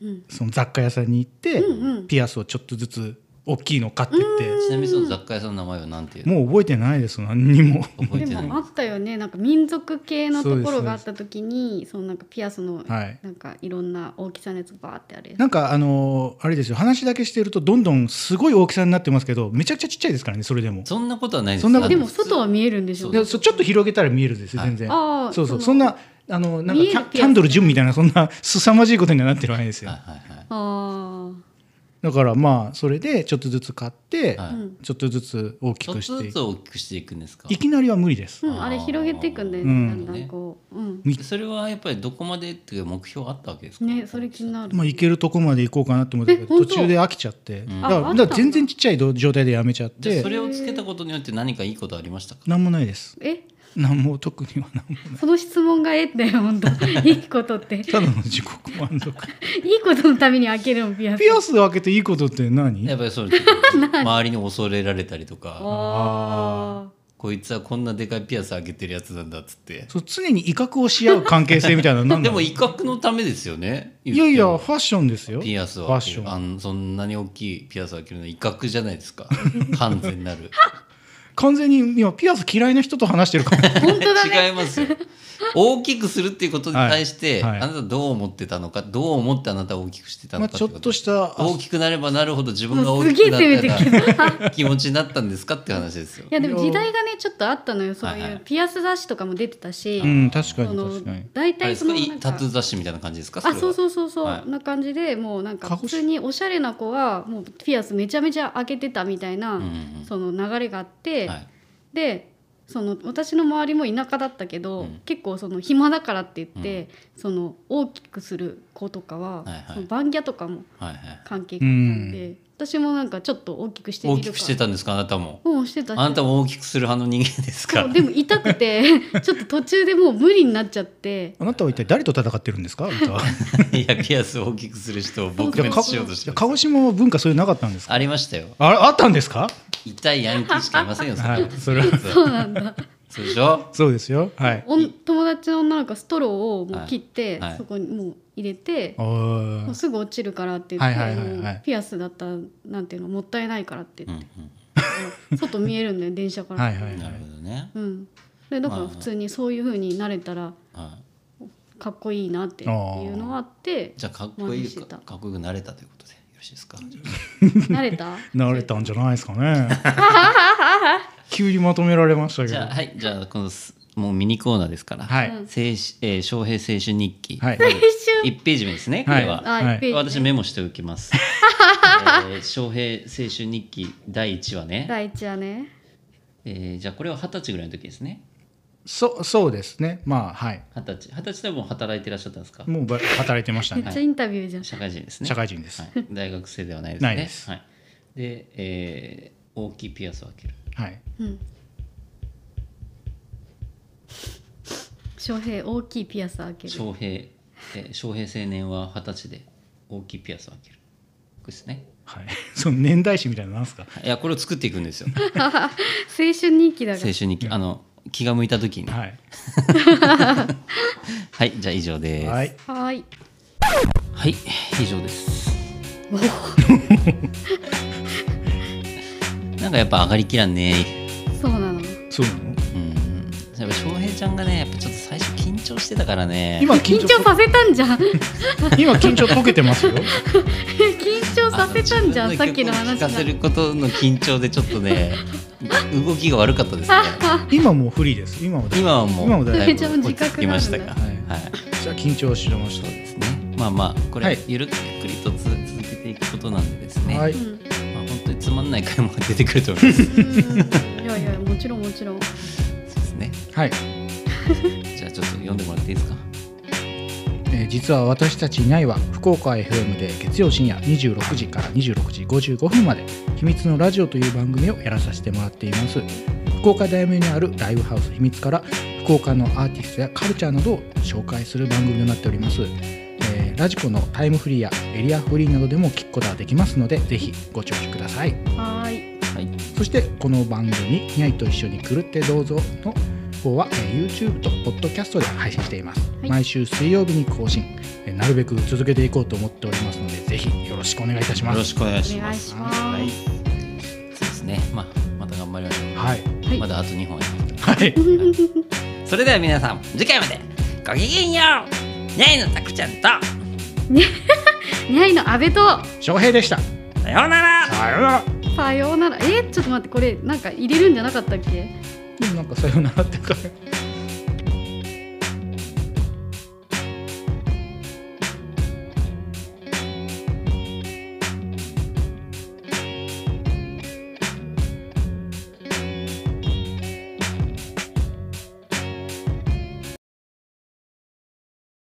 Speaker 2: うん
Speaker 1: その雑貨屋さんに行って、
Speaker 2: うんうん
Speaker 1: ピアスをちょっとずつ大きいのを買ってって、
Speaker 3: ちなみにその雑貨屋さんの名前は何ていう
Speaker 1: もう覚えてないです何にも。
Speaker 3: 覚え
Speaker 2: で
Speaker 3: てない
Speaker 2: もあったよねなんか民族系のとこ
Speaker 1: そうで
Speaker 2: ろ
Speaker 1: す
Speaker 2: があった時にそのなんかピアスの、
Speaker 1: はい
Speaker 2: なんかいろんな大きさのやつバーってあれ
Speaker 1: なんかあのあれですよ話だけしてるとどんどんすごい大きさになってますけどめちゃくちゃちっちゃいですからねそれでも
Speaker 3: そんなことはないです
Speaker 1: そんなこと
Speaker 2: でも外は見えるんでしょ
Speaker 3: そう
Speaker 1: でそうちょっと広げたら見えるんですよ
Speaker 3: はい
Speaker 1: 全然
Speaker 2: あー
Speaker 1: そうそう
Speaker 2: そ
Speaker 1: そ
Speaker 2: の
Speaker 1: んなあのなんか
Speaker 2: 見える
Speaker 1: キ
Speaker 2: ピア
Speaker 1: ャ
Speaker 2: ス
Speaker 1: ンキャンドル純みたいなそんな凄まじいことにはなってるわけですよ
Speaker 3: はいはいはい
Speaker 2: あ
Speaker 1: だからまあそれでちょっとずつ買って
Speaker 2: あ、
Speaker 3: は
Speaker 2: う
Speaker 3: い
Speaker 2: ん、
Speaker 1: ちょっとずつ大き
Speaker 3: ちょっ
Speaker 1: く
Speaker 3: と
Speaker 1: して
Speaker 3: ず
Speaker 1: い
Speaker 3: つ
Speaker 1: く
Speaker 3: 大きくしていくんですか
Speaker 1: いきなりは無理です
Speaker 2: うん、あれ広げていくんだよね、
Speaker 1: うん
Speaker 2: だんだんこう、うん、
Speaker 1: み
Speaker 3: それはやっぱりどこまでっていう目標あったわけですか
Speaker 2: ねそれ気になる、
Speaker 1: まあ行けるとこまで行こうかなと思ってたけ
Speaker 2: え
Speaker 1: ど
Speaker 2: 本
Speaker 1: 途
Speaker 2: 当
Speaker 1: 中で飽きちゃって
Speaker 3: ん
Speaker 1: だから
Speaker 2: ああったんだ
Speaker 1: だから全然ちっちゃい状態でやめちゃっ
Speaker 3: じゃあ
Speaker 1: て
Speaker 3: それをつけたことによって何かいいことありましたか
Speaker 1: なんもないです
Speaker 2: え
Speaker 1: なんも特にはなん も
Speaker 2: その質問がえって本当いいことって いい
Speaker 1: ただの自己満足
Speaker 2: ことのために開けるのピアス
Speaker 1: ピアス開けていいことって何
Speaker 3: やっぱりそれちょ っと周りに恐れられたりとか
Speaker 2: あ
Speaker 3: こいつはこんなでかいピアス開けてるやつなんだっつって
Speaker 1: そう常に威嚇をし合う関係性みたいなのなん
Speaker 3: で
Speaker 1: だ
Speaker 3: も
Speaker 1: ろう
Speaker 3: 威嚇のためですよね
Speaker 1: いやい
Speaker 3: 言
Speaker 1: や
Speaker 3: っ
Speaker 1: ファッションですよ
Speaker 3: てもピアスを
Speaker 1: ファッ
Speaker 3: 開け
Speaker 1: シ
Speaker 3: る
Speaker 1: ョ
Speaker 3: あ
Speaker 1: ン
Speaker 3: んそんなに大きいピアスを開けるのは威嚇じゃな いですか完全なる
Speaker 1: 完全に今ピアス嫌いな人と話してるから
Speaker 2: あ本当だね
Speaker 3: 違いますよ大きくするっていうことに対して、
Speaker 1: はいはい
Speaker 3: あなたどう思ってたのかどう思ってあなたを大きくしてた
Speaker 1: ま
Speaker 3: の
Speaker 1: あ
Speaker 3: か
Speaker 1: ちょっと
Speaker 3: て
Speaker 1: した
Speaker 3: こと大きくなればなるほど自分が
Speaker 2: もう
Speaker 3: 大
Speaker 2: す
Speaker 3: き
Speaker 2: げえ
Speaker 3: くな
Speaker 2: 攻めて
Speaker 3: った
Speaker 2: るけどい
Speaker 3: よ
Speaker 2: う
Speaker 3: な 気持ちになったんですかって話ですよ
Speaker 2: やでも時代がねちょっとあったのよそう
Speaker 3: はい
Speaker 2: い
Speaker 3: はいう
Speaker 2: ピアス雑誌とかも出てたし、
Speaker 1: うん確か
Speaker 2: そ
Speaker 1: に
Speaker 2: の
Speaker 1: 確かに
Speaker 2: 大
Speaker 3: あれ
Speaker 2: 体
Speaker 3: で
Speaker 2: そ
Speaker 3: す
Speaker 2: の
Speaker 3: か
Speaker 2: なんか
Speaker 3: タトゥー雑誌みたいな感じですか
Speaker 2: あそう
Speaker 3: う
Speaker 2: そうそうそう、
Speaker 3: はい
Speaker 2: な感じでもうなんか
Speaker 1: 鹿児
Speaker 2: 普
Speaker 1: 島
Speaker 2: 通におしゃれな子はもうピアスめちゃめちゃ開けてたみたいな、
Speaker 3: んうん
Speaker 2: その流れがあって、
Speaker 3: はい
Speaker 2: でその私の周りも田舎だったけど、
Speaker 3: うん
Speaker 2: 結構その暇だからって言って、その大きくする子とかは、
Speaker 3: いはい
Speaker 2: そのバンギャとかも
Speaker 3: はいはい
Speaker 2: 関係があったんで、私もなんかちょっと大きくしてみ
Speaker 3: 大
Speaker 2: る
Speaker 3: きくしてたんですかあなたも
Speaker 2: うんしてた
Speaker 3: あなたも大きくする派の人間ですか
Speaker 2: そ
Speaker 3: ら
Speaker 2: うでも痛くて ちょっと途中でもう無理になっちゃって
Speaker 1: あなたは一体誰と戦ってるんです かあなたは
Speaker 3: いやピアスを大きくする人を撲
Speaker 1: いや
Speaker 3: 滅
Speaker 1: か
Speaker 3: しようとして
Speaker 1: 鹿児島は文化そういうのなかったんですか
Speaker 3: ありましたよ
Speaker 1: ああったんですか
Speaker 3: 痛いヤンキーしかい ませんよそん
Speaker 1: は
Speaker 3: ない
Speaker 1: それは
Speaker 2: そうなんだ
Speaker 3: そうでしょ
Speaker 1: そうですよはい
Speaker 2: おん友達の女の子がストローをもう切って、
Speaker 3: はいはい
Speaker 2: そこにもう入れて、
Speaker 1: おー
Speaker 2: もうすぐ落ちるからって言って、
Speaker 1: はいはいはいはい
Speaker 2: もうピアスだったらなんていうのもったいないからって
Speaker 3: うん
Speaker 2: 言
Speaker 3: う
Speaker 2: っ
Speaker 3: ん
Speaker 2: て、外見えるんだよ電車から。
Speaker 1: はいはいは
Speaker 3: ないるほどね
Speaker 2: うん、でだから普通にそういう風になれたら
Speaker 3: はい
Speaker 2: かっこいいなっていうのはあって
Speaker 3: じゃあかっこ
Speaker 2: 真
Speaker 3: い
Speaker 2: 似
Speaker 3: い
Speaker 2: して
Speaker 3: か
Speaker 2: た
Speaker 3: かっこよくなれたということでよろしいですか。
Speaker 2: 慣れた
Speaker 1: 慣れたんじゃないですか ね急にまとめられましたけ
Speaker 3: じ
Speaker 1: ど
Speaker 3: ゃあはいじゃあこのすもうミニコーナーですから。
Speaker 1: は
Speaker 2: う
Speaker 1: い
Speaker 2: ん
Speaker 3: 青春えー翔平青春日記。
Speaker 1: はい
Speaker 2: 青春
Speaker 3: 一ページ目ですねこれ
Speaker 1: は
Speaker 3: は。
Speaker 2: あ、
Speaker 1: い
Speaker 2: 一ページね
Speaker 3: 私メモしておきます。えー翔平青春日記第一話ね。
Speaker 2: 第一はね
Speaker 3: えーじゃあこれは二十歳ぐらいの時ですね。
Speaker 1: そうそうですねまあはい
Speaker 3: 二十歳二十歳でもう働いてらっしゃったんですか。
Speaker 1: もうば働いてました
Speaker 2: めっ
Speaker 1: ね
Speaker 2: ちゃインタビューじゃん、
Speaker 3: 社会人ですね。
Speaker 1: 社会人です
Speaker 3: はい。大学生ではないですね。
Speaker 1: ないです
Speaker 3: はい。で、えー大きいピアスを開ける。
Speaker 1: はい
Speaker 2: うん翔平大きいピアス開ける
Speaker 3: 翔平、えー翔平青年は二十歳で大きいピアスを開ける。これですね。
Speaker 1: はい その年代史みたいなのなんですか
Speaker 3: いやこれを作っていくんですよ。
Speaker 2: 青春日記だか
Speaker 3: 青
Speaker 2: ら
Speaker 3: 春にあの気が向いた時に。は
Speaker 1: はい
Speaker 3: い、じゃあ以上です。
Speaker 1: は
Speaker 3: はい、
Speaker 1: い
Speaker 2: はーい
Speaker 3: 以上です。なんかやっぱ上がりきらんね。
Speaker 2: そうなの
Speaker 1: そうなの
Speaker 3: うん。やっぱ翔平ちちゃんがねやっぱちょっと最初緊張してたからね
Speaker 1: 今緊
Speaker 2: 緊
Speaker 1: 張
Speaker 2: 張させたんじゃん緊
Speaker 1: 今緊張解けてますよ
Speaker 2: 張さ せたんじゃん
Speaker 3: あ
Speaker 2: さ
Speaker 3: の
Speaker 2: っきの話が
Speaker 3: 自分曲を聞かせることの緊張でちょっとね動きが悪かったですね
Speaker 1: 今もうフリーです今もだ
Speaker 3: 今はもう
Speaker 1: 今もだいぶ
Speaker 3: ぶ落ち着きましたが
Speaker 2: め
Speaker 3: は
Speaker 2: ち
Speaker 1: ゃ自覚があるんだ
Speaker 3: い、はい
Speaker 1: じゃあ緊張しまし
Speaker 3: そう
Speaker 1: た
Speaker 3: ですねまあまあこ
Speaker 1: は
Speaker 3: れ
Speaker 1: い
Speaker 3: ゆるっくりとつ続けていくことなんでですね、
Speaker 1: はい、
Speaker 2: うん
Speaker 3: まあ、本当につまんない回も出てくると思います
Speaker 2: いやいやもちろんもちろん
Speaker 3: そうですね
Speaker 1: はい
Speaker 3: じゃあちょっと読んでもらっていいですか
Speaker 1: えー実は私たちいないは福岡 FM で月曜深夜26時から26時55分まで「秘密のラジオ」という番組をやらさせてもらっています福岡大名にあるライブハウス秘密から福岡のアーティストやカルチャーなどを紹介する番組となっております、えーラジコのタイムフリーやエリアフリーなどでも聞くことができますのでぜひご聴取ください
Speaker 2: はーい
Speaker 3: はい
Speaker 1: そしてこの番組「ニャイと一緒に狂ってどうぞ」の方は、えー YouTube と Podcast で配信しています、
Speaker 2: はい
Speaker 1: 毎週水曜日に更新、えーなるべく続けていこうと思っておりますのでぜひよろしくお願いいたします
Speaker 3: よろしくお願いし
Speaker 2: お
Speaker 3: ま
Speaker 2: 願い
Speaker 3: す
Speaker 2: します
Speaker 3: はいそうですねまあまた頑張りましょう、
Speaker 1: はい
Speaker 2: はい
Speaker 3: まだあと2本あります
Speaker 1: はい
Speaker 3: それでは皆さん次回までごきげんようねいのたくちゃんと
Speaker 2: にゃいの阿部と
Speaker 1: 翔平でした
Speaker 3: さようなら
Speaker 1: さようなら
Speaker 2: さようならえーちょっと待ってこれなんか入れるんじゃなかったっけ
Speaker 1: でもなんかさようならってか